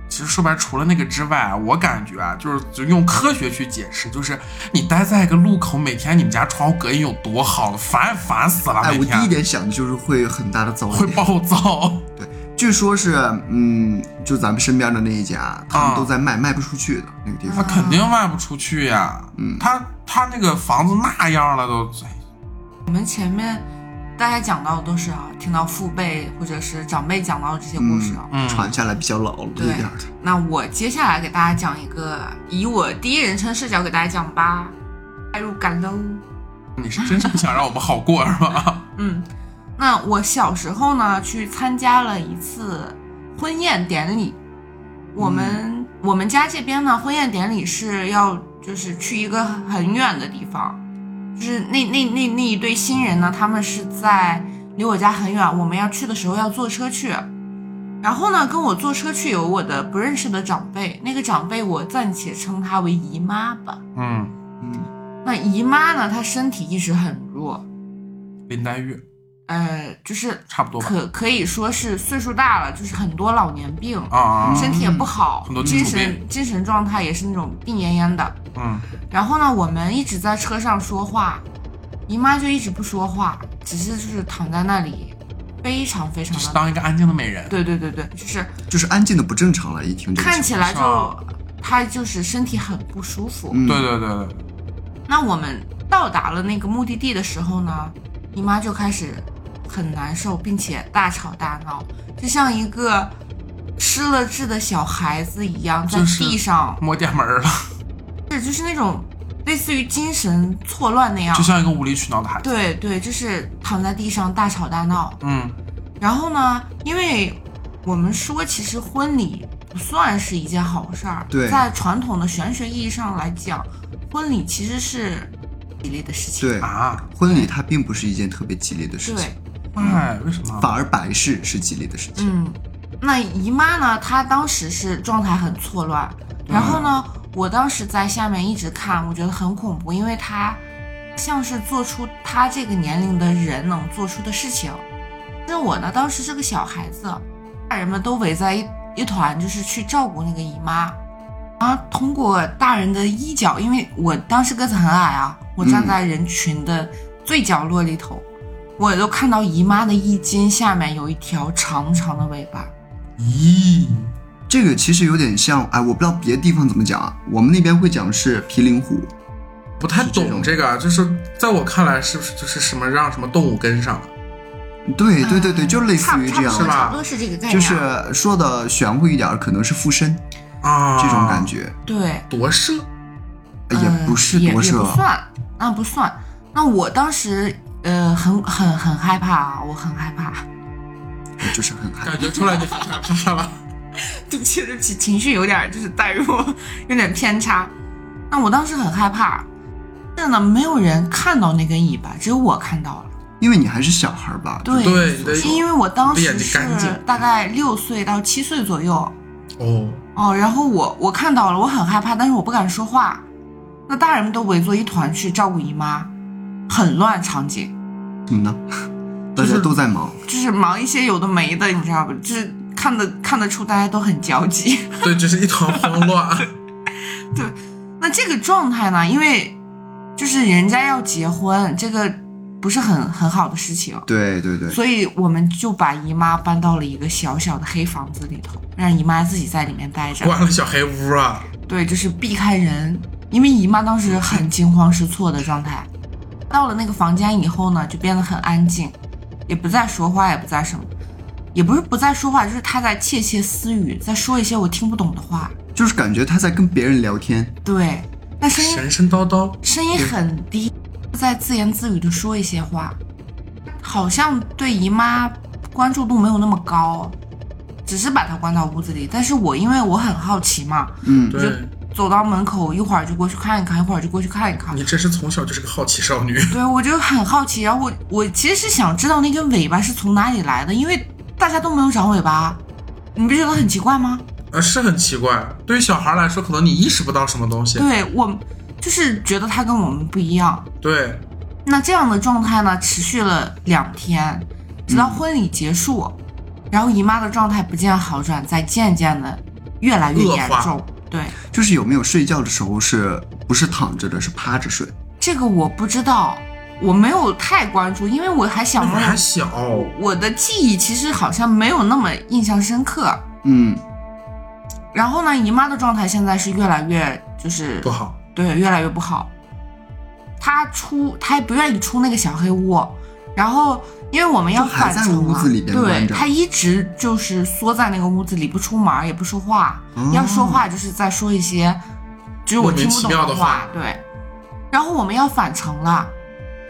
B: 其实说白，除了那个之外，我感觉啊，就是就用科学去解释，就是你待在一个路口，每天你们家窗户隔音有多好了，烦烦死了，
A: 哎，
B: 每
A: 我第一
B: 天
A: 点想的就是会有很大的噪
B: 会
A: 音。
B: 暴躁。
A: 据说是，嗯，就咱们身边的那一家，他
B: 啊
A: 们都在卖，卖不出去的那个地
B: 他
A: 方。
B: 肯定卖不出去呀、
A: 嗯
B: 他他那个房子那样了都，哎
C: 我们前面大家讲到的都是啊，听到父辈或者是长辈讲到的这些故事啊。
B: 嗯，
A: 传下来比较老了一点的，
C: 那我接下来给大家讲一个，以我第一人称视角给大家讲吧。代入感喽。
B: 你是真是不想让我们好过是吧？
C: 嗯，那我小时候呢，去参加了一次婚宴典礼。我们、我们家这边呢，婚宴典礼是要就是去一个很远的地方，就是那那那那一对新人呢，他们是在离我家很远，我们要去的时候要坐车去。然后呢，跟我坐车去有我的不认识的长辈，那个长辈我暂且称她为姨妈吧。
B: 嗯，
A: 嗯，
C: 那姨妈呢，她身体一直很弱，
B: 林黛玉
C: 呃，就是
B: 差不多吧，
C: 可可以说是岁数大了，就是很多老年病，
B: 啊，
C: 身体也不好，
B: 很多基
C: 精
B: 础
C: 神精神状态也是那种病恹恹的。
B: 嗯
C: 然后呢，我们一直在车上说话，姨妈就一直不说话，只是就是躺在那里，非常非常
B: 就是
C: 的，
B: 当一个安静的美人，
C: 对对对对，就是
A: 就是安静的不正常了。一听这个
C: 看
A: 情
C: 起来
B: 是啊
C: 就她就是身体很不舒服。
A: 况，嗯，
B: 对对对对，
C: 那我们到达了那个目的地的时候呢，姨妈就开始很难受，并且大吵大闹，就像一个失了智的小孩子一样，在
B: 就是
C: 地上，
B: 摸电门儿了，
C: 是就是那种类似于精神错乱那样
B: 就。像一个无理取闹的孩子，
C: 对对，就是躺在地上大吵大闹。
B: 嗯
C: 然后呢，因为我们说，其实婚礼不算是一件好事儿。
A: 对
C: 在传统的玄学意义上来讲，婚礼其实是比例的事情。
A: 对，
B: 啊，
A: 婚礼它并不是一件特别吉利的事
C: 对
A: 情，，
B: 哎，为什么？
A: 反而白事是吉利的事情。
C: 嗯，那姨妈呢？她当时是状态很错乱，然后呢，我当时在下面一直看，我觉得很恐怖，因为她像是做出她这个年龄的人能做出的事情。那我呢，当时是个小孩子，大人们都围在一一团，就是去照顾那个姨妈。然后通过大人的衣角，因为我当时个子很矮啊，我站
A: 嗯
C: 在人群的最角落里头，我都看到姨妈的衣襟下面有一条长长的尾巴。
B: 咦，
A: 这个其实有点像，哎，我不知道别的地方怎么讲啊，我们那边会讲是皮灵虎，
B: 不太
A: 是这种
B: 懂这个，啊就是在我看来，是不是就是什么让什么动物跟上了？
A: 对哎对对对，就类似
C: 嗯差
A: 于这样
C: 差不
B: 是
C: 多
B: 吧
A: 的，
C: 差不多是这个概念。啊
A: 就是说的玄乎一点儿，可能是附身
C: 嗯
B: 啊，
A: 这种感觉，哎
C: 对，
B: 夺舍，
A: 呃也不是啊
C: 嗯也
A: 夺
C: 也
A: 舍
C: 不，算，那不算。那我当时呃很很很害怕啊，我很害怕。
A: 就是很害怕。
B: 感觉出来你很害怕了。
C: 对不起，对不起，情绪有点就是带入，有点偏差。那我当时很害怕，但呢，没有人看到那根尾巴，只有我看到了。
A: 因为你还是小孩儿吧？
C: 对
B: 对你的
C: 是因为我当
B: 你的眼
C: 时
B: 睛
C: 是
B: 干净
C: 大概六岁到七岁左右
B: 哦，
C: 哦，然后我我看到了，我很害怕，但是我不敢说话。那大人们都围作一团去照顾姨妈，很乱场景，
A: 怎么呢？ 大
C: 就
A: 家
C: 是
A: 都在忙，
C: 就是忙一些有的没的，你知道吧？就是看得看得出大家都很焦急。
B: 对，就是一 团慌乱。
C: 那这个状态呢，因为就是人家要结婚，这个不是很很好的事情，
A: 对对对，
C: 所以我们就把姨妈搬到了一个小小的黑房子里头，让姨妈自己在里面待着。
B: 关了小黑屋啊！
C: 对，就是避开人，因为姨妈当时很惊慌失措的状态。到了那个房间以后呢，就变得很安静，也不再说话，也不再什么，也不是不再说话，就是她在窃窃私语，在说一些我听不懂的话。
A: 就是感觉他在跟别人聊天，
C: 对，那声音
B: 神神叨叨，
C: 声音很低，在自言自语的说一些话，好像对姨妈关注度没有那么高，只是把她关到屋子里。但是我因为我很好奇嘛，
A: 嗯，
B: 对
C: 走到门口一会儿就过去看一看，一会儿就过去看一看。
B: 你真是从小就是个好奇少女。
C: 对，我就很好奇，然后我我其实是想知道那根尾巴是从哪里来的，因为大家都没有长尾巴，你不觉得很奇怪吗？
B: 啊，是很奇怪。对于小孩来说，可能你意识不到什么东西。
C: 对我就是觉得它跟我们不一样，
B: 对，
C: 那这样的状态呢，持续了两天，直
B: 嗯
C: 到婚礼结束，然后姨妈的状态不见好转，在渐渐的越来越
B: 恶
C: 严
B: 化
C: 重。对，
A: 就是有没有睡觉的时候是不是躺着的，是趴着睡？
C: 这个我不知道，我没有太关注，因为我还小
B: 那会
C: 嘛
B: 儿，还小，
C: 我的记忆其实好像没有那么印象深刻。
A: 嗯，
C: 然后呢，姨妈的状态现在是越来越就是
B: 不好。
C: 对，越来越不好。她出，她也不愿意出那个小黑屋，然后因为我们要
A: 就还
C: 返
A: 在
C: 程
A: 屋
C: 嘛
A: 子里边
C: 对
A: 关着
C: 她一直就是缩在那个屋子里，不出门，也不说话，
A: 哦
C: 要说话就是在说一些就是
B: 莫
C: 我
B: 名
C: 听不
B: 其
C: 懂
B: 妙的
C: 话
B: 话，
C: 对。然后我们要返程了，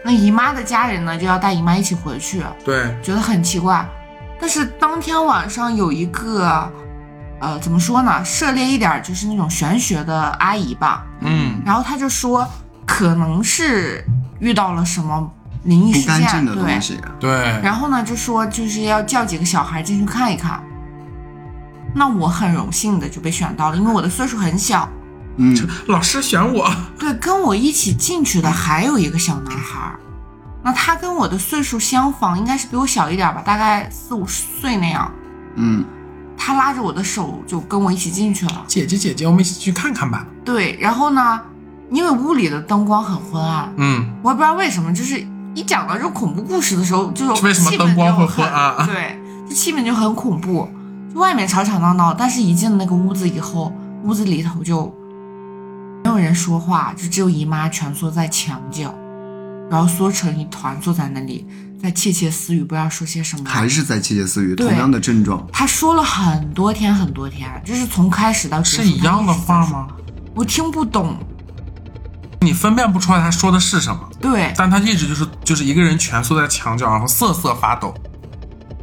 C: 那姨妈的家人呢就要带姨妈一起回去，
B: 对，
C: 觉得很奇怪。但是当天晚上有一个，呃，怎么说呢，涉猎一点儿就是那种玄学的阿姨吧，
B: 嗯，
C: 然后他就说，可能是遇到了什么灵异
A: 不
C: 事
A: 干净
C: 件，
A: 的
C: 对
A: 东。西，啊
B: 对，
C: 然后呢，就说就是要叫几个小孩进去看一看。那我很荣幸的就被选到了，因为我的岁数很小。
A: 嗯，
B: 老师选我，
C: 对，跟我一起进去的还有一个小男孩儿，那他跟我的岁数相仿，应该是比我小一点吧，大概四五十岁那样。
A: 嗯，
C: 他拉着我的手就跟我一起进去了。
B: 姐姐姐姐，我们一起去看看吧。
C: 对，然后呢，因为屋里的灯光很昏暗，
B: 嗯，
C: 我也不知道为什么，就是一讲到这种恐怖故事的时候，就是
B: 为什么
C: 气氛
B: 灯光
C: 就
B: 会
C: 很
B: 昏暗
C: 对，这气氛就很恐怖。就外面吵吵闹闹，但是一进了那个屋子以后，屋子里头就没有人说话，就只有姨妈蜷缩在墙角，然后缩成一团坐在那里，在窃窃私语，不知道说些什么。
A: 还是在窃窃私语，
C: 对
A: 同样的症状，
C: 她说了很多天很多天，就是从开始到结束
B: 是一样的话？
C: 她直在说
B: 吗？
C: 我听不懂。
B: 你分辨不出来他说的是什么，
C: 对，
B: 但他一直就是就是一个人蜷缩在墙角，然后瑟瑟发抖，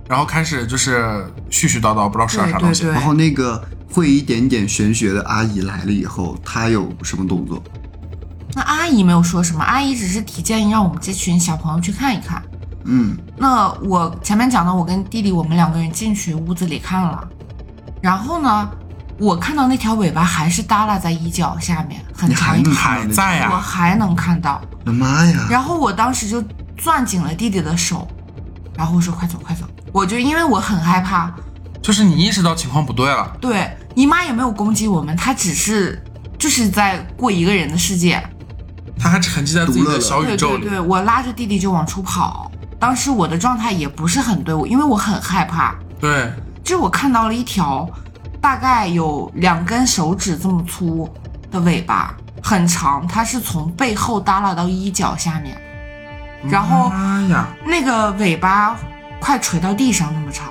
B: 然后开始就是絮絮叨叨，不知道说
C: 对
B: 啥
C: 对
B: 东西。
C: 对
A: 然，后那个会一点点玄学的阿姨来了以后，她有什么动作？
C: 那阿姨没有说什么，阿姨只是提建议让我们这群小朋友去看一看。
A: 嗯，
C: 那我前面讲的，我跟弟弟我们两个人进去屋子里看了，然后呢，我看到那条尾巴还是耷拉在衣角下面，很
A: 你
C: 长
A: 还
C: 一
A: 能
C: 条，
A: 看到
B: 还
A: 那
B: 在啊
C: 我
B: 呀、
C: 还能看到。
A: 我的妈呀！
C: 然后我当时就攥紧了弟弟的手，然后我说快走快走，我就因为我很害怕，
B: 就是你意识到情况不对了。
C: 对姨妈也没有攻击我们，她只是就是在过一个人的世界，
B: 他还沉浸在自己的小宇
C: 对
B: 宙
C: 对
B: 里，
C: 对，我拉着弟弟就往出跑。当时我的状态也不是很对，我因为我很害怕，
B: 对
C: 就是我看到了一条大概有两根手指这么粗的尾巴，很长，它是从背后耷拉到衣角下面，然后
B: 妈呀，
C: 那个尾巴快垂到地上那么长，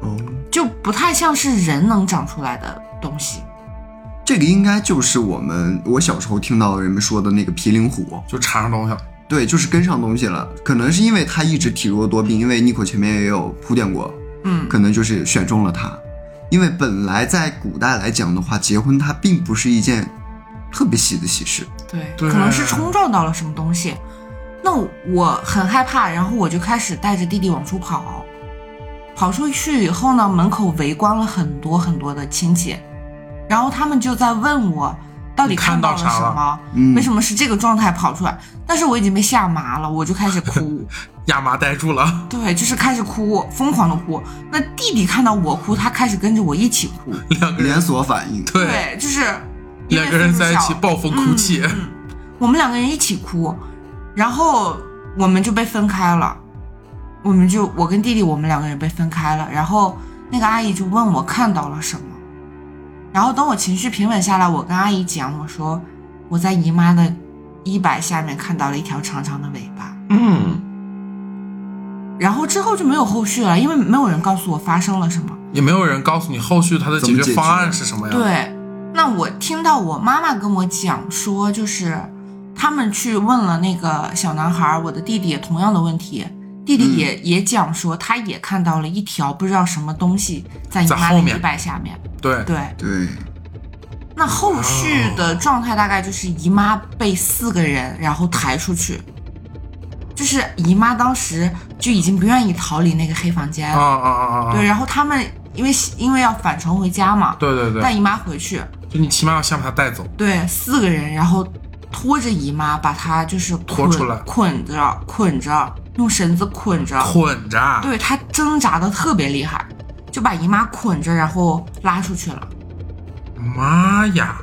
A: 哦，
C: 就不太像是人能长出来的东西。
A: 这个应该就是我们我小时候听到人们说的那个皮灵虎，
B: 就缠上东西了。
A: 对，就是跟上东西了。可能是因为她一直体弱多病，因为妮可前面也有铺垫过，
C: 嗯，
A: 可能就是选中了她。因为本来在古代来讲的话，结婚它并不是一件特别喜的喜事，
C: 对，
B: 对
C: 可能是冲撞到了什么东西。那我很害怕，然后我就开始带着弟弟往出跑。跑出去以后呢，门口围观了很多很多的亲戚，然后他们就在问我到底
B: 你看
C: 到
B: 到
C: 了什
B: 啥了
C: 么，
A: 嗯
C: 为什么是这个状态跑出来？但是我已经被吓麻了，我就开始 哭。
B: 亚麻呆住了，
C: 对，就是开始哭，疯狂的哭。那弟弟看到我哭，他开始跟着我一起哭。
B: 两个
A: 嗯
B: 人
A: 连锁反应，
B: 对
C: 对，就是因为
B: 两个人在一
C: 岁数
B: 起
C: 小
B: 暴风哭泣，
C: 嗯嗯我们两个人一起哭，然后我们就被分开了。我们就我跟弟弟，我们两个人被分开了。然后那个阿姨就问我看到了什么，然后等我情绪平稳下来，我跟阿姨讲，我说我在姨妈的衣摆下面看到了一条长长的尾巴。
B: 嗯，
C: 然后之后就没有后续了，因为没有人告诉我发生了什么。
B: 也没有人告诉你后续他的解
A: 怎么解
B: 决
A: 决
B: 方案是什么呀？，
C: 对，那我听到我妈妈跟我讲说，就是他们去问了那个小男孩，我的弟弟也同样的问题，弟
B: 嗯
C: 弟也、也讲说，他也看到了一条不知道什么东西在你
B: 在
C: 妈
B: 后
C: 的
B: 面
C: 衣摆下面。
B: 对
C: 对，
A: 对，
C: 那
B: 哦
C: 后续的状态大概就是姨妈被四个人然后抬出去。就是姨妈当时就已经不愿意逃离那个黑房间
B: 啊
C: 了，
B: 啊啊啊
C: 对，
B: 啊！
C: 然后他们因为因为要返程回家嘛，
B: 对对
C: 带
B: 对，
C: 姨妈回去，
B: 就你起码要先把他带走，
C: 对，四个人，然后拖着姨妈把她就是
B: 拖
C: 捆
B: 出来
C: 捆着，捆着，用绳子捆着，
B: 捆着啊，
C: 对她挣扎的特别厉害，就把姨妈捆着，然后拉出去了。
B: 妈呀，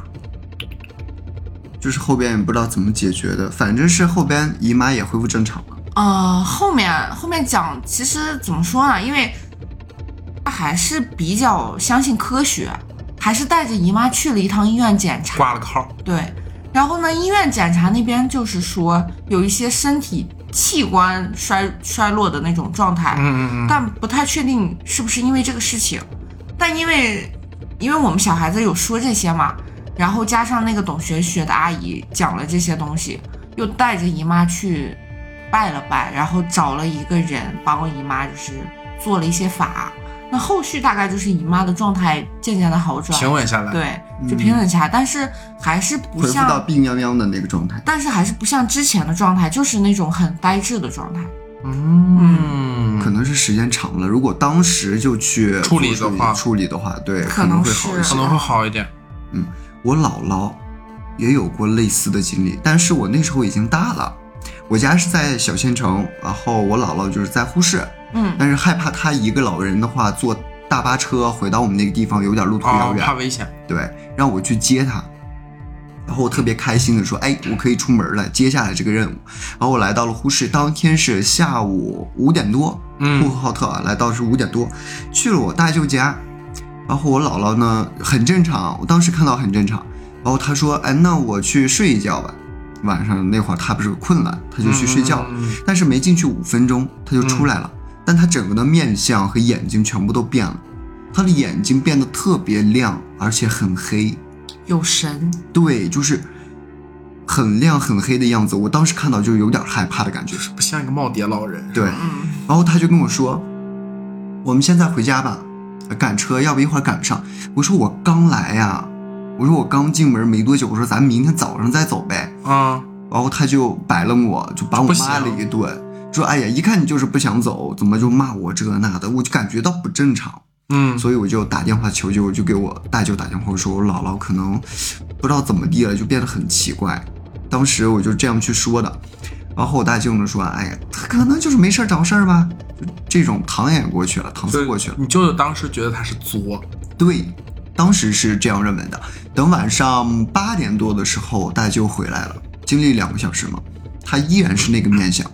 A: 就是后边也不知道怎么解决的，反正是后边姨妈也恢复正常了。
C: 呃，后面后面讲，其实怎么说呢？因为她还是比较相信科学，还是带着姨妈去了一趟医院检查，
B: 挂了个号，
C: 对，然后呢，医院检查那边就是说有一些身体器官衰衰落的那种状态，
B: 嗯嗯嗯，
C: 但不太确定是不是因为这个事情。但因为因为我们小孩子有说这些嘛，然后加上那个懂学学的阿姨讲了这些东西，又带着姨妈去拜了拜，然后找了一个人帮我姨妈就是做了一些法。那后续大概就是姨妈的状态渐渐的好转，
B: 平稳下来，
C: 对，就平稳下来，但是还是不
A: 恢复到
C: 像，
A: 病殃殃的那个状态，
C: 但是还是不像之前的状态，就是那种很呆滞的状态。
B: 嗯，
A: 可能是时间长了。如果当时就去
B: 处理的话
A: 处理的话，对，
C: 可
A: 可
C: 能
A: 能会好一
C: 是啊
A: 些
B: 可。能会好一点，
A: 我姥姥也有过类似的经历，但是我那时候已经大了，我家是在小县城，然后我姥姥就是在呼市，
C: 嗯，
A: 但是害怕她一个老人的话，坐大巴车回到我们那个地方有点路途
B: 啊
A: 遥，远，
B: 怕危险，
A: 对，让我去接她。然后我特别开心的说：“哎，我可以出门了，接下来这个任务。”然后我来到了呼市，当天是下午五点多，呼和
B: 嗯，
A: 浩特啊，来到是五点多，去了我大舅家，然后我姥姥呢很正常，我当时看到很正常，然后她说，哎，那我去睡一觉吧。晚上那会儿她不是困了，她就去睡觉了，
B: 嗯，嗯嗯
A: 但是没进去五分钟，她就出来了，但她整个的面相和眼睛全部都变了，她的眼睛变得特别亮，而且很黑，
C: 有神，
A: 对，就是很亮很黑的样子，我当时看到就有点害怕的感觉
B: 就，是不像一个耄耋老人，
A: 对，
C: 嗯，
A: 然后他就跟我说：“我们现在回家吧，赶车，要不一会儿赶不上。”我说：“我刚来呀、我说我刚进门没多久，我说咱们明天早上再走呗。
B: 啊，”
A: 然后他就白了我，就把我
B: 不行
A: 骂了一顿，说：“哎呀，一看你就是不想走，怎么就骂我这那的？”我就感觉到不正常，
B: 嗯，
A: 所以我就打电话求救，我就给我大舅打电话，我说我姥姥可能不知道怎么地了，就变得很奇怪。当时我就这样去说的，然后我大舅呢说，哎呀，他可能就是没事儿找事儿吧，就这种搪塞过去了，搪塞过去了。
B: 你舅舅当时觉得他是作，
A: 对，当时是这样认为的。等晚上八点多的时候，我大舅回来了，经历两个小时嘛，他依然是那个面相，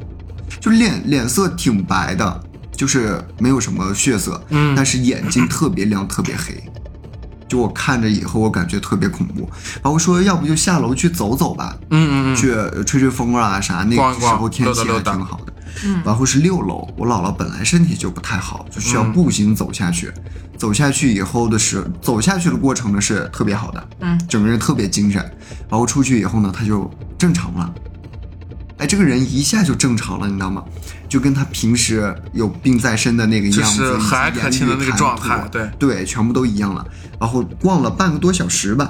A: 就脸脸色挺白的，就是没有什么血色，
B: 嗯
A: 但是眼睛特别亮，特别黑。就我看着以后，我感觉特别恐怖。然后我说，要不就下楼去走走吧，
B: 嗯嗯嗯，
A: 去吹吹风啊啥，那
B: 逛
A: 个
B: 一
A: 时
B: 逛
A: 候天气
B: 溜达
A: 还
B: 溜达
A: 挺好的。
C: 嗯
A: 然后是六楼，我姥姥本来身体就不太好，就需要
B: 嗯
A: 步行走下去。走下去以后的是，走下去的过程呢是特别好的，
C: 嗯，
A: 整个人特别精神。然后出去以后呢，他就正常了。哎，这个人一下就正常了，你知道吗？就跟他平时有病在身的那个样子，
B: 就是和蔼可亲的那个状
A: 以
B: 态
A: 及言语谈吐
B: 对
A: 对，全部都一样了。然后逛了半个多小时吧，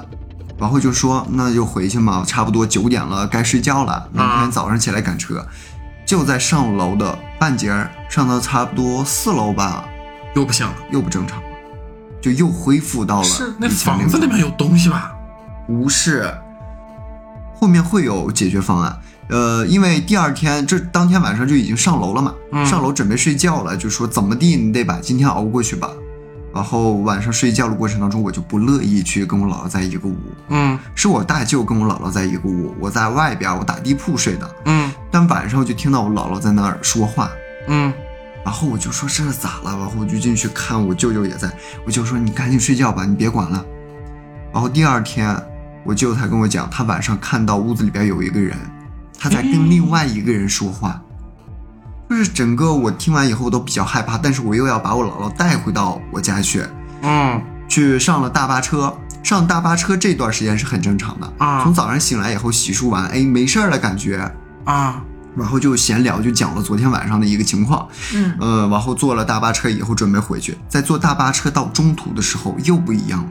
A: 然
B: 啊
A: 后就说那就回去嘛，差不多九点了，该睡觉了，明天早上起来赶车。就在上楼的半截儿，上到差不多四楼吧，
B: 又不行了。
A: 又不正常了，就又恢复到了
B: 是那
A: 以前
B: 房子里面有东西吧？
A: 不是，后面会有解决方案。呃，因为第二天这当天晚上就已经上楼了嘛，
B: 嗯
A: 上楼准备睡觉了，就说怎么地你得把今天熬过去吧。然后晚上睡觉的过程当中，我就不乐意去跟我姥姥在一个屋，
B: 嗯
A: 是我大舅跟我姥姥在一个屋，我在外边我打地铺睡的。
B: 嗯
A: 但晚上我就听到我姥姥在那儿说话，
B: 嗯
A: 然后我就说这是咋了？然后我就进去看，我舅舅也在，我舅说你赶紧睡觉吧，你别管了。然后第二天，我舅才跟我讲，他晚上看到屋子里边有一个人，他在跟另外一个人说话。就是整个我听完以后都比较害怕，但是我又要把我姥姥带回到我家去，
B: 嗯
A: 去上了大巴车。上大巴车这段时间是很正常的，
B: 啊
A: 从早上醒来以后洗漱完，哎，没事儿了感觉，
B: 啊
A: 然后就闲聊，就讲了昨天晚上的一个情况。
C: 嗯，
A: 呃，往后坐了大巴车以后准备回去，在坐大巴车到中途的时候又不一样了。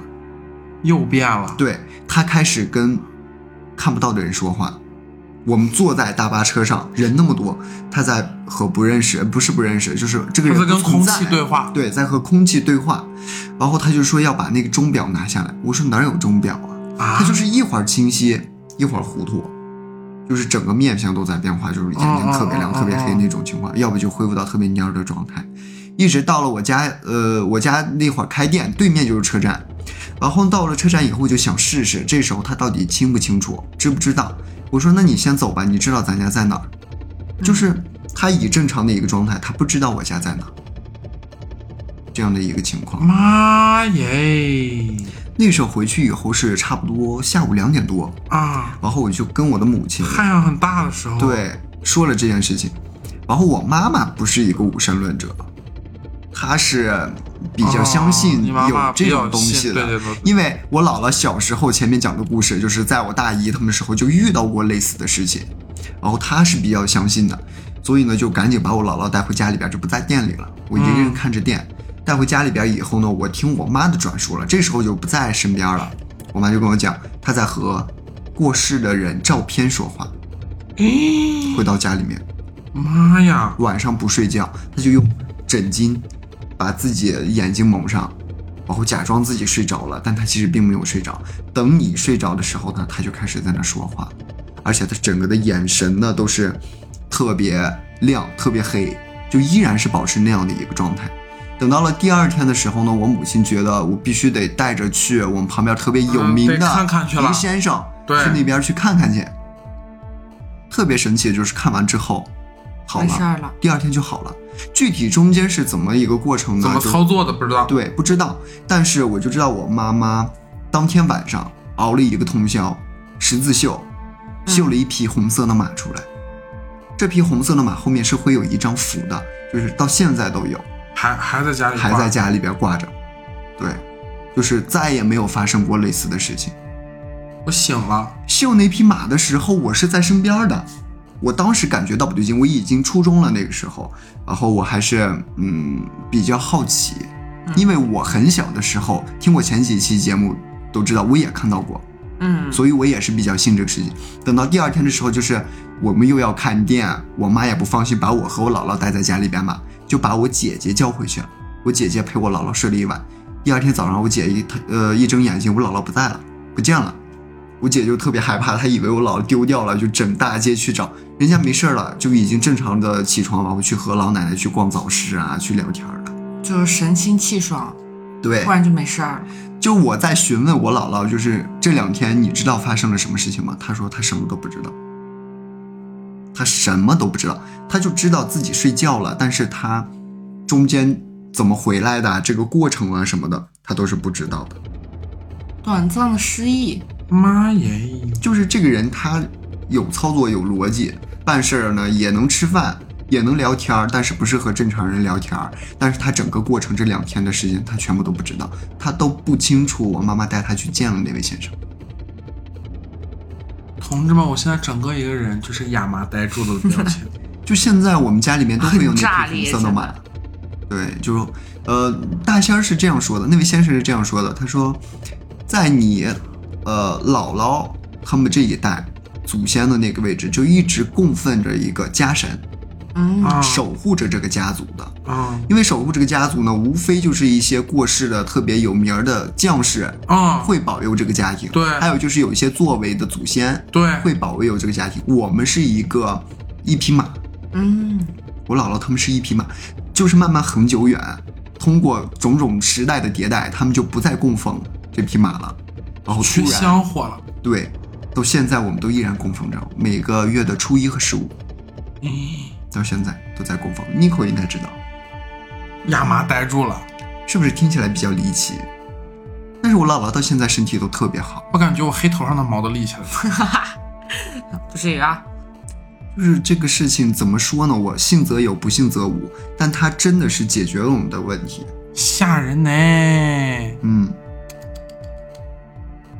B: 又变了。
A: 对他开始跟看不到的人说话。我们坐在大巴车上，人那么多，他在和不认识，呃不是不认识，就是这个
B: 他
A: 人
B: 在跟
A: 不存
B: 空
A: 在
B: 气对话
A: 对，在和空气对话。然后他就说要把那个钟表拿下来，我说哪有钟表啊？
B: 啊，
A: 他就是一会儿清晰，一会儿糊涂，就是整个面相都在变化，就是眼睛特别亮、
B: 哦哦哦哦
A: 特别黑那种情况，要不就恢复到特别蔫儿的状态。一直到了我家，呃，我家那会儿开店，对面就是车站，然后到了车站以后就想试试，这时候他到底清不清楚，知不知道？我说那你先走吧，你知道咱家在哪儿？
B: 嗯
A: 就是他以正常的一个状态，他不知道我家在哪儿，这样的一个情况。
B: 嗯妈耶
A: 那时候回去以后是差不多下午两点多，
B: 啊！
A: 然后我就跟我的母亲
B: 太阳很大的时候，，
A: 对说了这件事情，然后我妈妈不是一个无神论者，她是比较相信
B: 啊哦你妈
A: 有
B: 妈
A: 这
B: 比较
A: 种东西
B: 信
A: 的，
B: 对对对对
A: 因为我姥姥小时候前面讲的故事，就是在我大姨他们时候就遇到过类似的事情，然后她是比较相信的，所以呢就赶紧把我姥姥带回家里边，就不在店里了，我一个人看着店。带回家里边以后呢，我听我妈的转述了，这时候就不在身边了。我妈就跟我讲，她在和过世的人照片说话。
B: 咦，
A: 回到家里面，
B: 妈呀，
A: 晚上不睡觉，他就用枕巾把自己眼睛蒙上，然后假装自己睡着了，但他其实并没有睡着。等你睡着的时候呢，他就开始在那说话，而且他整个的眼神呢都是特别亮、特别黑，就依然是保持那样的一个状态。等到了第二天的时候呢，我母亲觉得我必须得带着去我们旁边特别有名的
B: 嗯得看看去了
A: 林先生，
B: 对
A: 去那边去看看去。特别神奇的就是看完之后， 好
C: 没事
A: 了，
C: 儿了，
A: 第二天就好了。具体中间是怎么一个过程呢？
B: 怎么
A: 就
B: 操作的不知道？
A: 对，不知道。但是我就知道我妈妈当天晚上熬了一个通宵，十字绣，绣
B: 嗯
A: 了一匹红色的马出来。这匹红色的马后面是会有一张符的，就是到现在都有，
B: 还还在家里，
A: 还在，家里边挂着。对，就是再也没有发生过类似的事情。
B: 我醒了，
A: 绣那匹马的时候，我是在身边的。我当时感觉到不对劲，我已经初中了那个时候，然后我还是嗯比较好奇，因为我很小的时候听过前几期节目都知道，我也看到过，
C: 嗯，
A: 所以我也是比较信这个事情。等到第二天的时候，就是我们又要看店，我妈也不放心把我和我姥姥待在家里边嘛，就把我姐姐叫回去了。我姐姐陪我姥姥睡了一晚。第二天早上，我姐一她呃一睁眼睛，我姥姥不在了，不见了。我姐就特别害怕，她以为我姥姥丢掉了，就整大街去找，人家没事儿了，就已经正常的起床，然后去和老奶奶去逛早市啊，去聊天了。
C: 就是神清气爽，
A: 对
C: 突，然就没事儿了。
A: 就我在询问我姥姥，就是这两天你知道发生了什么事情吗？她说她什么都不知道，她什么都不知道，她就知道自己睡觉了，但是她中间怎么回来的啊这个过程啊什么的，她都是不知道的。
C: 短暂的失忆，
B: 妈耶，
A: 就是这个人他有操作有逻辑，办事儿呢也能吃饭，也能聊天儿，但是不是和正常人聊天儿。但是他整个过程这两天的时间，他全部都不知道，他都不清楚我妈妈带他去见了那位先生。
B: 同志们，我现在整个一个人就是哑麻呆住的表情，
A: 就现在我们家里面都会有那匹红色的马
C: 很炸，
A: 对，就是呃，大仙儿是这样说的，那位先生是这样说的，他说，在你呃姥姥他们这一代祖先的那个位置，就一直供奉着一个家神，
D: 嗯
B: 啊
A: 守护着这个家族的。
B: 啊
A: 因为守护这个家族呢，无非就是一些过世的特别有名儿的将士
B: 啊，
A: 会保佑这个家庭，
B: 对
A: 还有就是有一些作为的祖先
B: 对
A: 会保佑这个家庭。我们是一个一匹马，
D: 嗯，
A: 我姥姥他们是一匹马，就是慢慢很久远，通过种种时代的迭代，他们就不再供奉这匹马了，然后
B: 去
A: 突然
B: 香火了，
A: 对，到现在我们都依然供奉着，每个月的初一和十五
B: 嗯
A: 到现在都在供奉。Nico 应该知道，
B: 亚麻呆住了。
A: 是不是听起来比较离奇？但是我姥姥到现在身体都特别好，
B: 我感觉我黑头上的毛都立起来了。
D: 不至于啊，
A: 就是这个事情怎么说呢？我信则有，不信则无，但它真的是解决了我们的问题。
B: 吓人呢！
A: 嗯，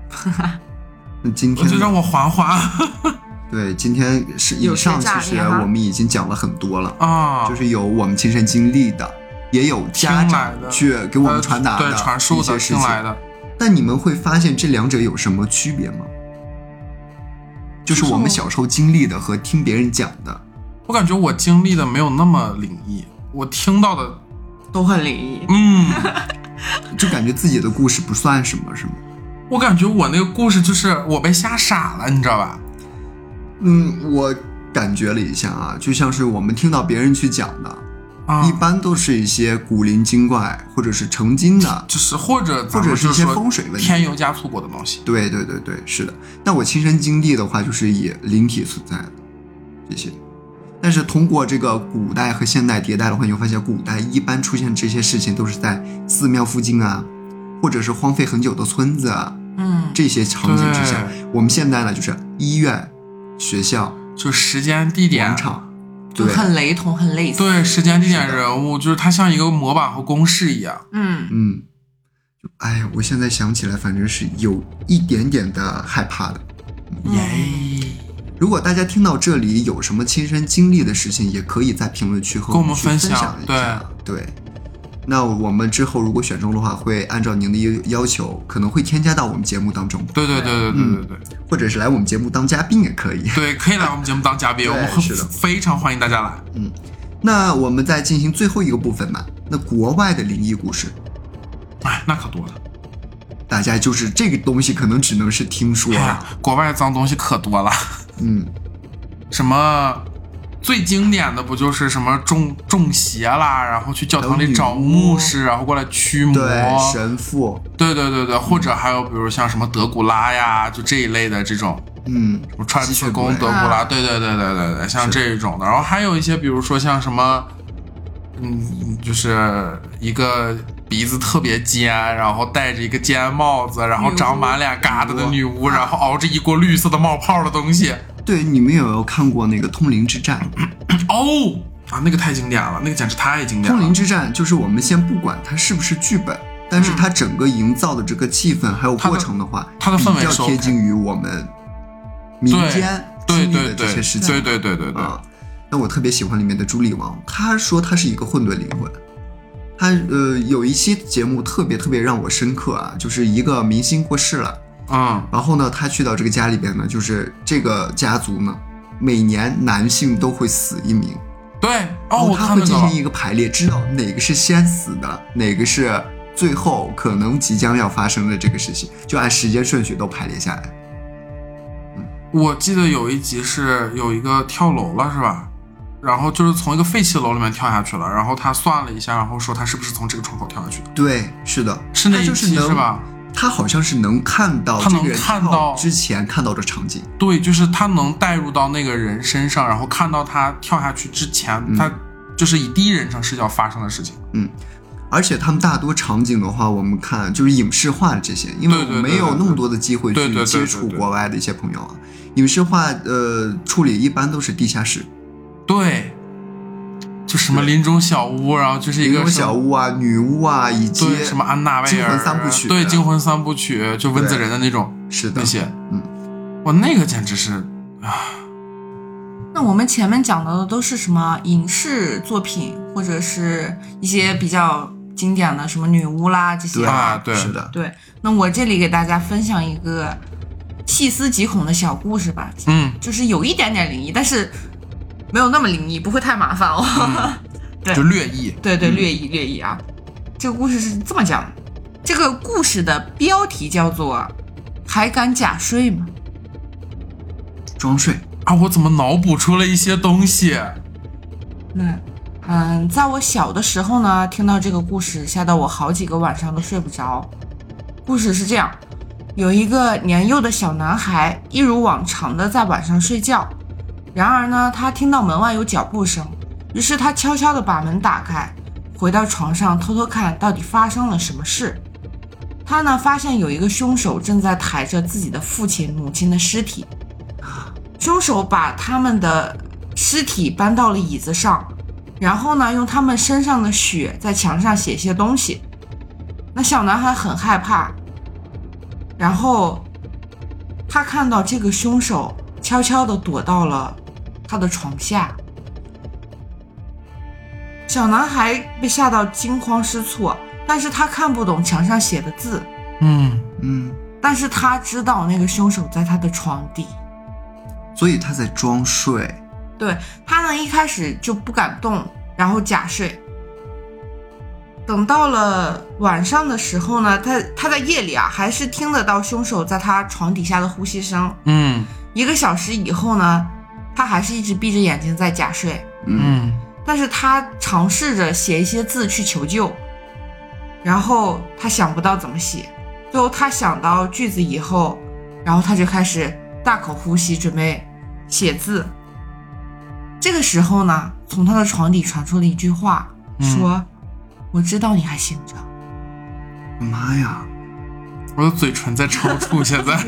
A: 那今
B: 我
A: 天
B: 就让我缓缓
A: 对今天是以
D: 有些
A: 上，其
D: 炸
A: 实
D: 裂哈
A: 我们已经讲了很多了，
B: 啊，
A: 就是有我们亲身经历的，也有家
B: 听来
A: 长
B: 的
A: 去给我们
B: 呃
A: 传达
B: 对
A: 的
B: 传
A: 一
B: 输
A: 些
B: 的
A: 事
B: 听来
A: 情。
B: 的，
A: 但你们会发现这两者有什么区别吗？就是我们小时候经历的和听别人讲的，
B: 我感觉我经历的没有那么灵异，我听到的，
D: 都很灵异。
B: 嗯，
A: 就感觉自己的故事不算什么，是吗？
B: 我感觉我那个故事就是我被吓傻了，你知道吧？
A: 嗯，我感觉了一下啊，就像是我们听到别人去讲的，
B: 啊
A: 一，般都是一些古灵精怪或者是成精的。
B: 就是或者咱
A: 或
B: 们
A: 者是一
B: 就
A: 些
B: 说
A: 风水问题
B: 添油加醋过的东西。
A: 对对对对，是的。那我亲身经历的话，就是以灵体存在的这些，但是通过这个古代和现代迭代的话，你会发现古代一般出现这些事情都是在寺庙附近啊，或者是荒废很久的村子啊
D: 嗯，
A: 这些场景之下
B: 对，
A: 我们现在呢就是医院、学校、
B: 就时间、地点
A: 广，场，
D: 就
A: 对，
D: 很雷同，很类似。
B: 对，时间、地点、
A: 是的
B: 人物，就是它像一个模板和公式一样。
D: 嗯，
A: 嗯，就哎呀，我现在想起来，反正是有一点点的害怕的。
B: 耶，
D: 嗯
A: 如果大家听到这里有什么亲身经历的事情，也可以在评论区和
B: 跟我
A: 们
B: 们
A: 去
B: 分
A: 分
B: 享
A: 一下。对那我们之后如果选中的话，会按照您的要要求，可能会添加到我们节目当中，
B: 对对对对对
A: 嗯
B: 对对
A: 或者是来我们节目当嘉宾也可以。
B: 对，可以来我们节目当嘉宾，
A: 对
B: 我们会
A: 是的
B: 非常欢迎大家来。
A: 那我们再进行最后一个部分吧。那国外的灵异故事，
B: 哎，那可多了，
A: 大家就是这个东西，可能只能是听说
B: 哎
A: 了。
B: 呀，国外脏东西可多了，
A: 嗯，
B: 什么最经典的不就是什么中中邪啦，然后去教堂里找牧师，然后过来驱魔，
A: 对，神嗯父，
B: 对对对对，或者还有比如像什么德古拉呀，就这一类的这种。
A: 嗯，
B: 什么穿刺弓、
A: 吸血
B: 德
A: 鬼
B: 古拉，对对对对对对，像这一种的。然后还有一些，比如说像什么，嗯，就是一个鼻子特别尖，然后戴着一个尖帽子，然后长满脸疙瘩的女巫，然后熬着一锅绿色的冒泡的东西。
A: 对，你们有没有看过那个《通灵之战》？
B: 哦啊，那个太经典了，那个简直太经
A: 《
B: 典
A: 通灵
B: 了。
A: 之战》就是我们先不管它是不是剧本，但是它整个营造的这个气氛还有过程的话，
B: 嗯它的它的氛围
A: 比较
B: 是 OK
A: 贴近于我们民间
B: 对
A: 经历
B: 对
A: 的这
B: 对
A: 些事情
B: 对对对对对，
A: 啊。那我特别喜欢里面的朱莉王，她说她是一个混沌灵魂。她呃有一期节目特别特别让我深刻啊，就是一个明星过世了，
B: 嗯
A: 然后呢，她去到这个家里边呢，就是这个家族呢，每年男性都会死一名。
B: 对
A: 然
B: 哦，
A: 后
B: 我
A: 他
B: 看
A: 会
B: 那个
A: 进
B: 了
A: 行一个排列，知道哪个是先死的，哪个是最后可能即将要发生的这个事情，就按时间顺序都排列下来。
B: 我记得有一集是有一个跳楼了，是吧？然后就是从一个废弃楼里面跳下去了，然后他算了一下，然后说他是不是从这个窗口跳下去的？
A: 对，是的，
B: 是那
A: 他
B: 一
A: 就是
B: 集
A: 能
B: 是吧？？
A: 他好像是能看到
B: 他
A: 这
B: 能
A: 个人
B: 看
A: 跳
B: 到
A: 之前看到的场景，
B: 对，就是他能带入到那个人身上，然后看到他跳下去之前，
A: 嗯
B: 他就是以第一人称视角发生的事情。
A: 而且他们大多场景的话，我们看就是影视化这些，因为
B: 对对
A: 我
B: 对
A: 没有那么多的机会
B: 对对
A: 去
B: 对对
A: 接
B: 对
A: 触
B: 对
A: 国外的一些朋友啊。影视化呃处理一般都是地下室，
B: 对，就什么林中小屋，然后就是一
A: 比
B: 个
A: 如
B: 什么
A: 小屋啊、女屋啊，以及
B: 对什么安娜贝
A: 惊
B: 尔啊
A: 魂三部曲
B: 对惊魂三部曲，就温子仁的那种
A: 是的
B: 那些，
A: 嗯，
B: 哇，那个简直是
D: 那我们前面讲到的都是什么影视作品，或者是一些比较经典的什么女巫啦这些
A: 对。
B: 啊对
A: 是的，
D: 对，那我这里给大家分享一个细思极恐的小故事吧，
B: 嗯
D: 就是有一点点灵异，但是
C: 没有那么灵异，不会太麻烦哦。 对
B: 就略异，
C: 对对，略异略异啊。这个故事是这么讲，这个故事的标题叫做“还敢假睡吗
A: 装睡，
B: 啊，我怎么脑补出了一些东西？”？
C: 那嗯，在我小的时候呢，听到这个故事，吓到我好几个晚上都睡不着。故事是这样，有一个年幼的小男孩，一如往常的在晚上睡觉。然而呢，他听到门外有脚步声，于是他悄悄地把门打开，回到床上偷偷看到底发生了什么事。他呢，发现有一个凶手正在抬着自己的父亲、母亲的尸体，凶手把他们的尸体搬到了椅子上，然后呢，用他们身上的血在墙上写些东西。那小男孩很害怕，然后他看到这个凶手悄悄地躲到了他的床下。小男孩被吓到惊慌失措，但是他看不懂墙上写的字，
B: 嗯，
A: 嗯，
C: 但是他知道那个凶手在他的床底。
A: 所以他在装睡。
C: 对他呢，一开始就不敢动，然后假睡。等到了晚上的时候呢，他他在夜里啊，还是听得到凶手在他床底下的呼吸声。
B: 嗯，
C: 一个小时以后呢，他还是一直闭着眼睛在假睡，
A: 嗯，
B: 嗯，
C: 但是他尝试着写一些字去求救，然后他想不到怎么写，最后他想到句子以后，然后他就开始大口呼吸，准备写字。这个时候呢，从他的床底传出了一句话，
B: 嗯
C: 说：“我知道你还醒着。
B: 嗯
A: 妈呀，
B: 我的嘴唇在抽搐，现在，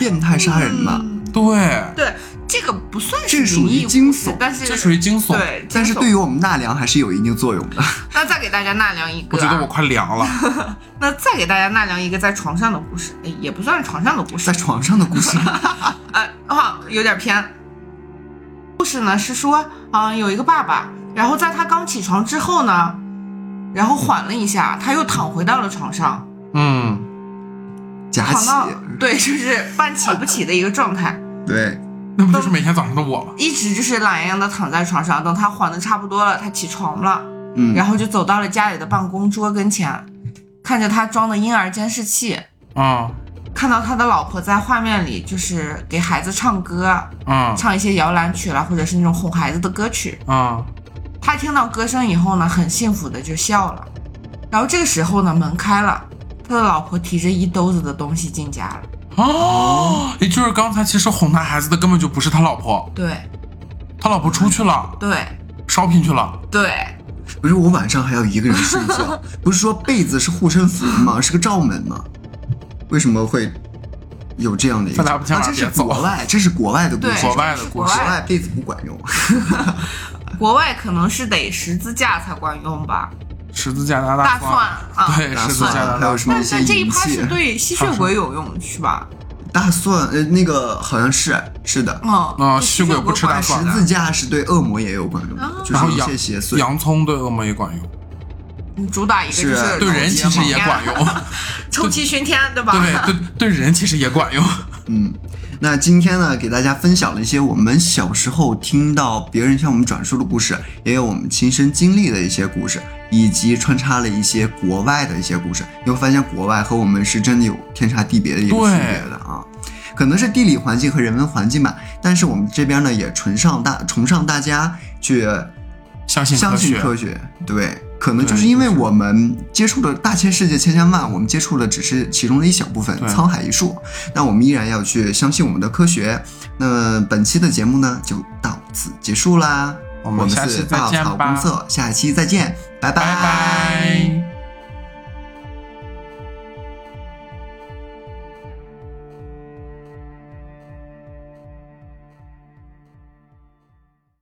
A: 变态杀人
C: 嗯
A: 吧？
B: 对，
C: 对，这个不算
A: 这
C: 是
A: 属于
C: 灵异
A: 惊
C: 故事
A: 悚，
C: 但是
B: 这属于惊悚。
C: 对，
A: 但是
C: 惊悚
A: 对于我们纳凉还是有一定作用的。
C: 那再给大家纳凉一个
B: 我
C: 啊、
B: 觉得我快凉了，
C: 那再给大家纳凉一个在床上的故事，哎也不算是床上的故事，
A: 在床上的故 事，
C: 呃，啊，有点偏。故事呢是说，啊、有一个爸爸，然后在他刚起床之后呢，然后缓了一下，他又躺回到了床上，
B: 嗯，
A: 假
C: 躺
A: 起，嗯
C: 到 对，就是半起不起的一个状态，
A: 对，
B: 那不就是每天早上的我吗？
C: 一直就是懒洋洋的躺在床上。等他缓的差不多了，他起床了，
A: 嗯，
C: 然后就走到了家里的办公桌跟前，看着他装的婴儿监视器，
B: 啊、
C: 看到他的老婆在画面里就是给孩子唱歌，
B: 啊
C: 唱一些摇篮曲啦，或者是那种哄孩子的歌曲。
B: 啊
C: 他听到歌声以后呢，很幸福的就笑了。然后这个时候呢，门开了，他的老婆提着一兜子的东西进家了。
B: 哦！也就是刚才其实哄他孩子的根本就不是他老婆，
C: 对
B: 他老婆出去了
C: 对
B: ，shopping 去了。
C: 对，
A: 不是我晚上还要一个人睡 觉，不是说被子是护身符吗？是个罩门吗？为什么会有这样的一个？
B: 咱俩不
A: 啊
B: 千万
A: 这是
B: 别走
A: 国外，这是国外的故
C: 对
A: 事，
B: 国外的
C: 是
B: 故
C: 国
B: 事
A: 国
C: 外
A: 外被子不管用。
C: 国外可能是得十字架才管用吧，
B: 十字架拿
C: 大
B: 蒜，
C: 蒜啊。
B: 对，
A: 大
B: 十字架
A: 蒜
B: 拿
A: 还有
B: 大
A: 什么
C: 但
A: 一
C: 是
A: 些
C: 这一
A: 仪
C: 趴
A: 器
C: 是？对吸血鬼有用是吧？
A: 大蒜，呃，那个好像是是的。
C: 嗯
B: 啊
C: 就
B: 吸血鬼不吃大
C: 管
B: 蒜啊哦
A: 十字架是对恶魔也有管用的，就
B: 然后
A: 是一
B: 洋
A: 些邪祟。
B: 洋葱对恶魔也管用，
C: 嗯主打一个就是是
B: 对人其实也管用，
C: 臭气熏天，对吧？
B: 对对对人其实也管用。
A: 嗯，那今天呢，给大家分享了一些我们小时候听到别人向我们转述的故事，也有我们亲身经历的一些故事，以及穿插了一些国外的一些故事。你会发现，国外和我们是真的有天差地别的一个
B: 对
A: 区别的啊。可能是地理环境和人文环境吧，但是我们这边呢也崇尚大崇尚大家去
B: 相信科
A: 相信
B: 学，
A: 科学，对，可能就
B: 对
A: 是因为
B: 就是
A: 我们接触的大千世界千千万，我们接触的只是其中的一小部分
B: 对，
A: 沧海一粟。那我们依然要去相信我们的科学。那本期的节目呢，就到此结束啦。
B: 我
A: 我
B: 们下
A: 是
B: 期再
A: 稻
B: 见
A: 草
B: 吧
A: 公社，下期再见，拜
B: 拜拜。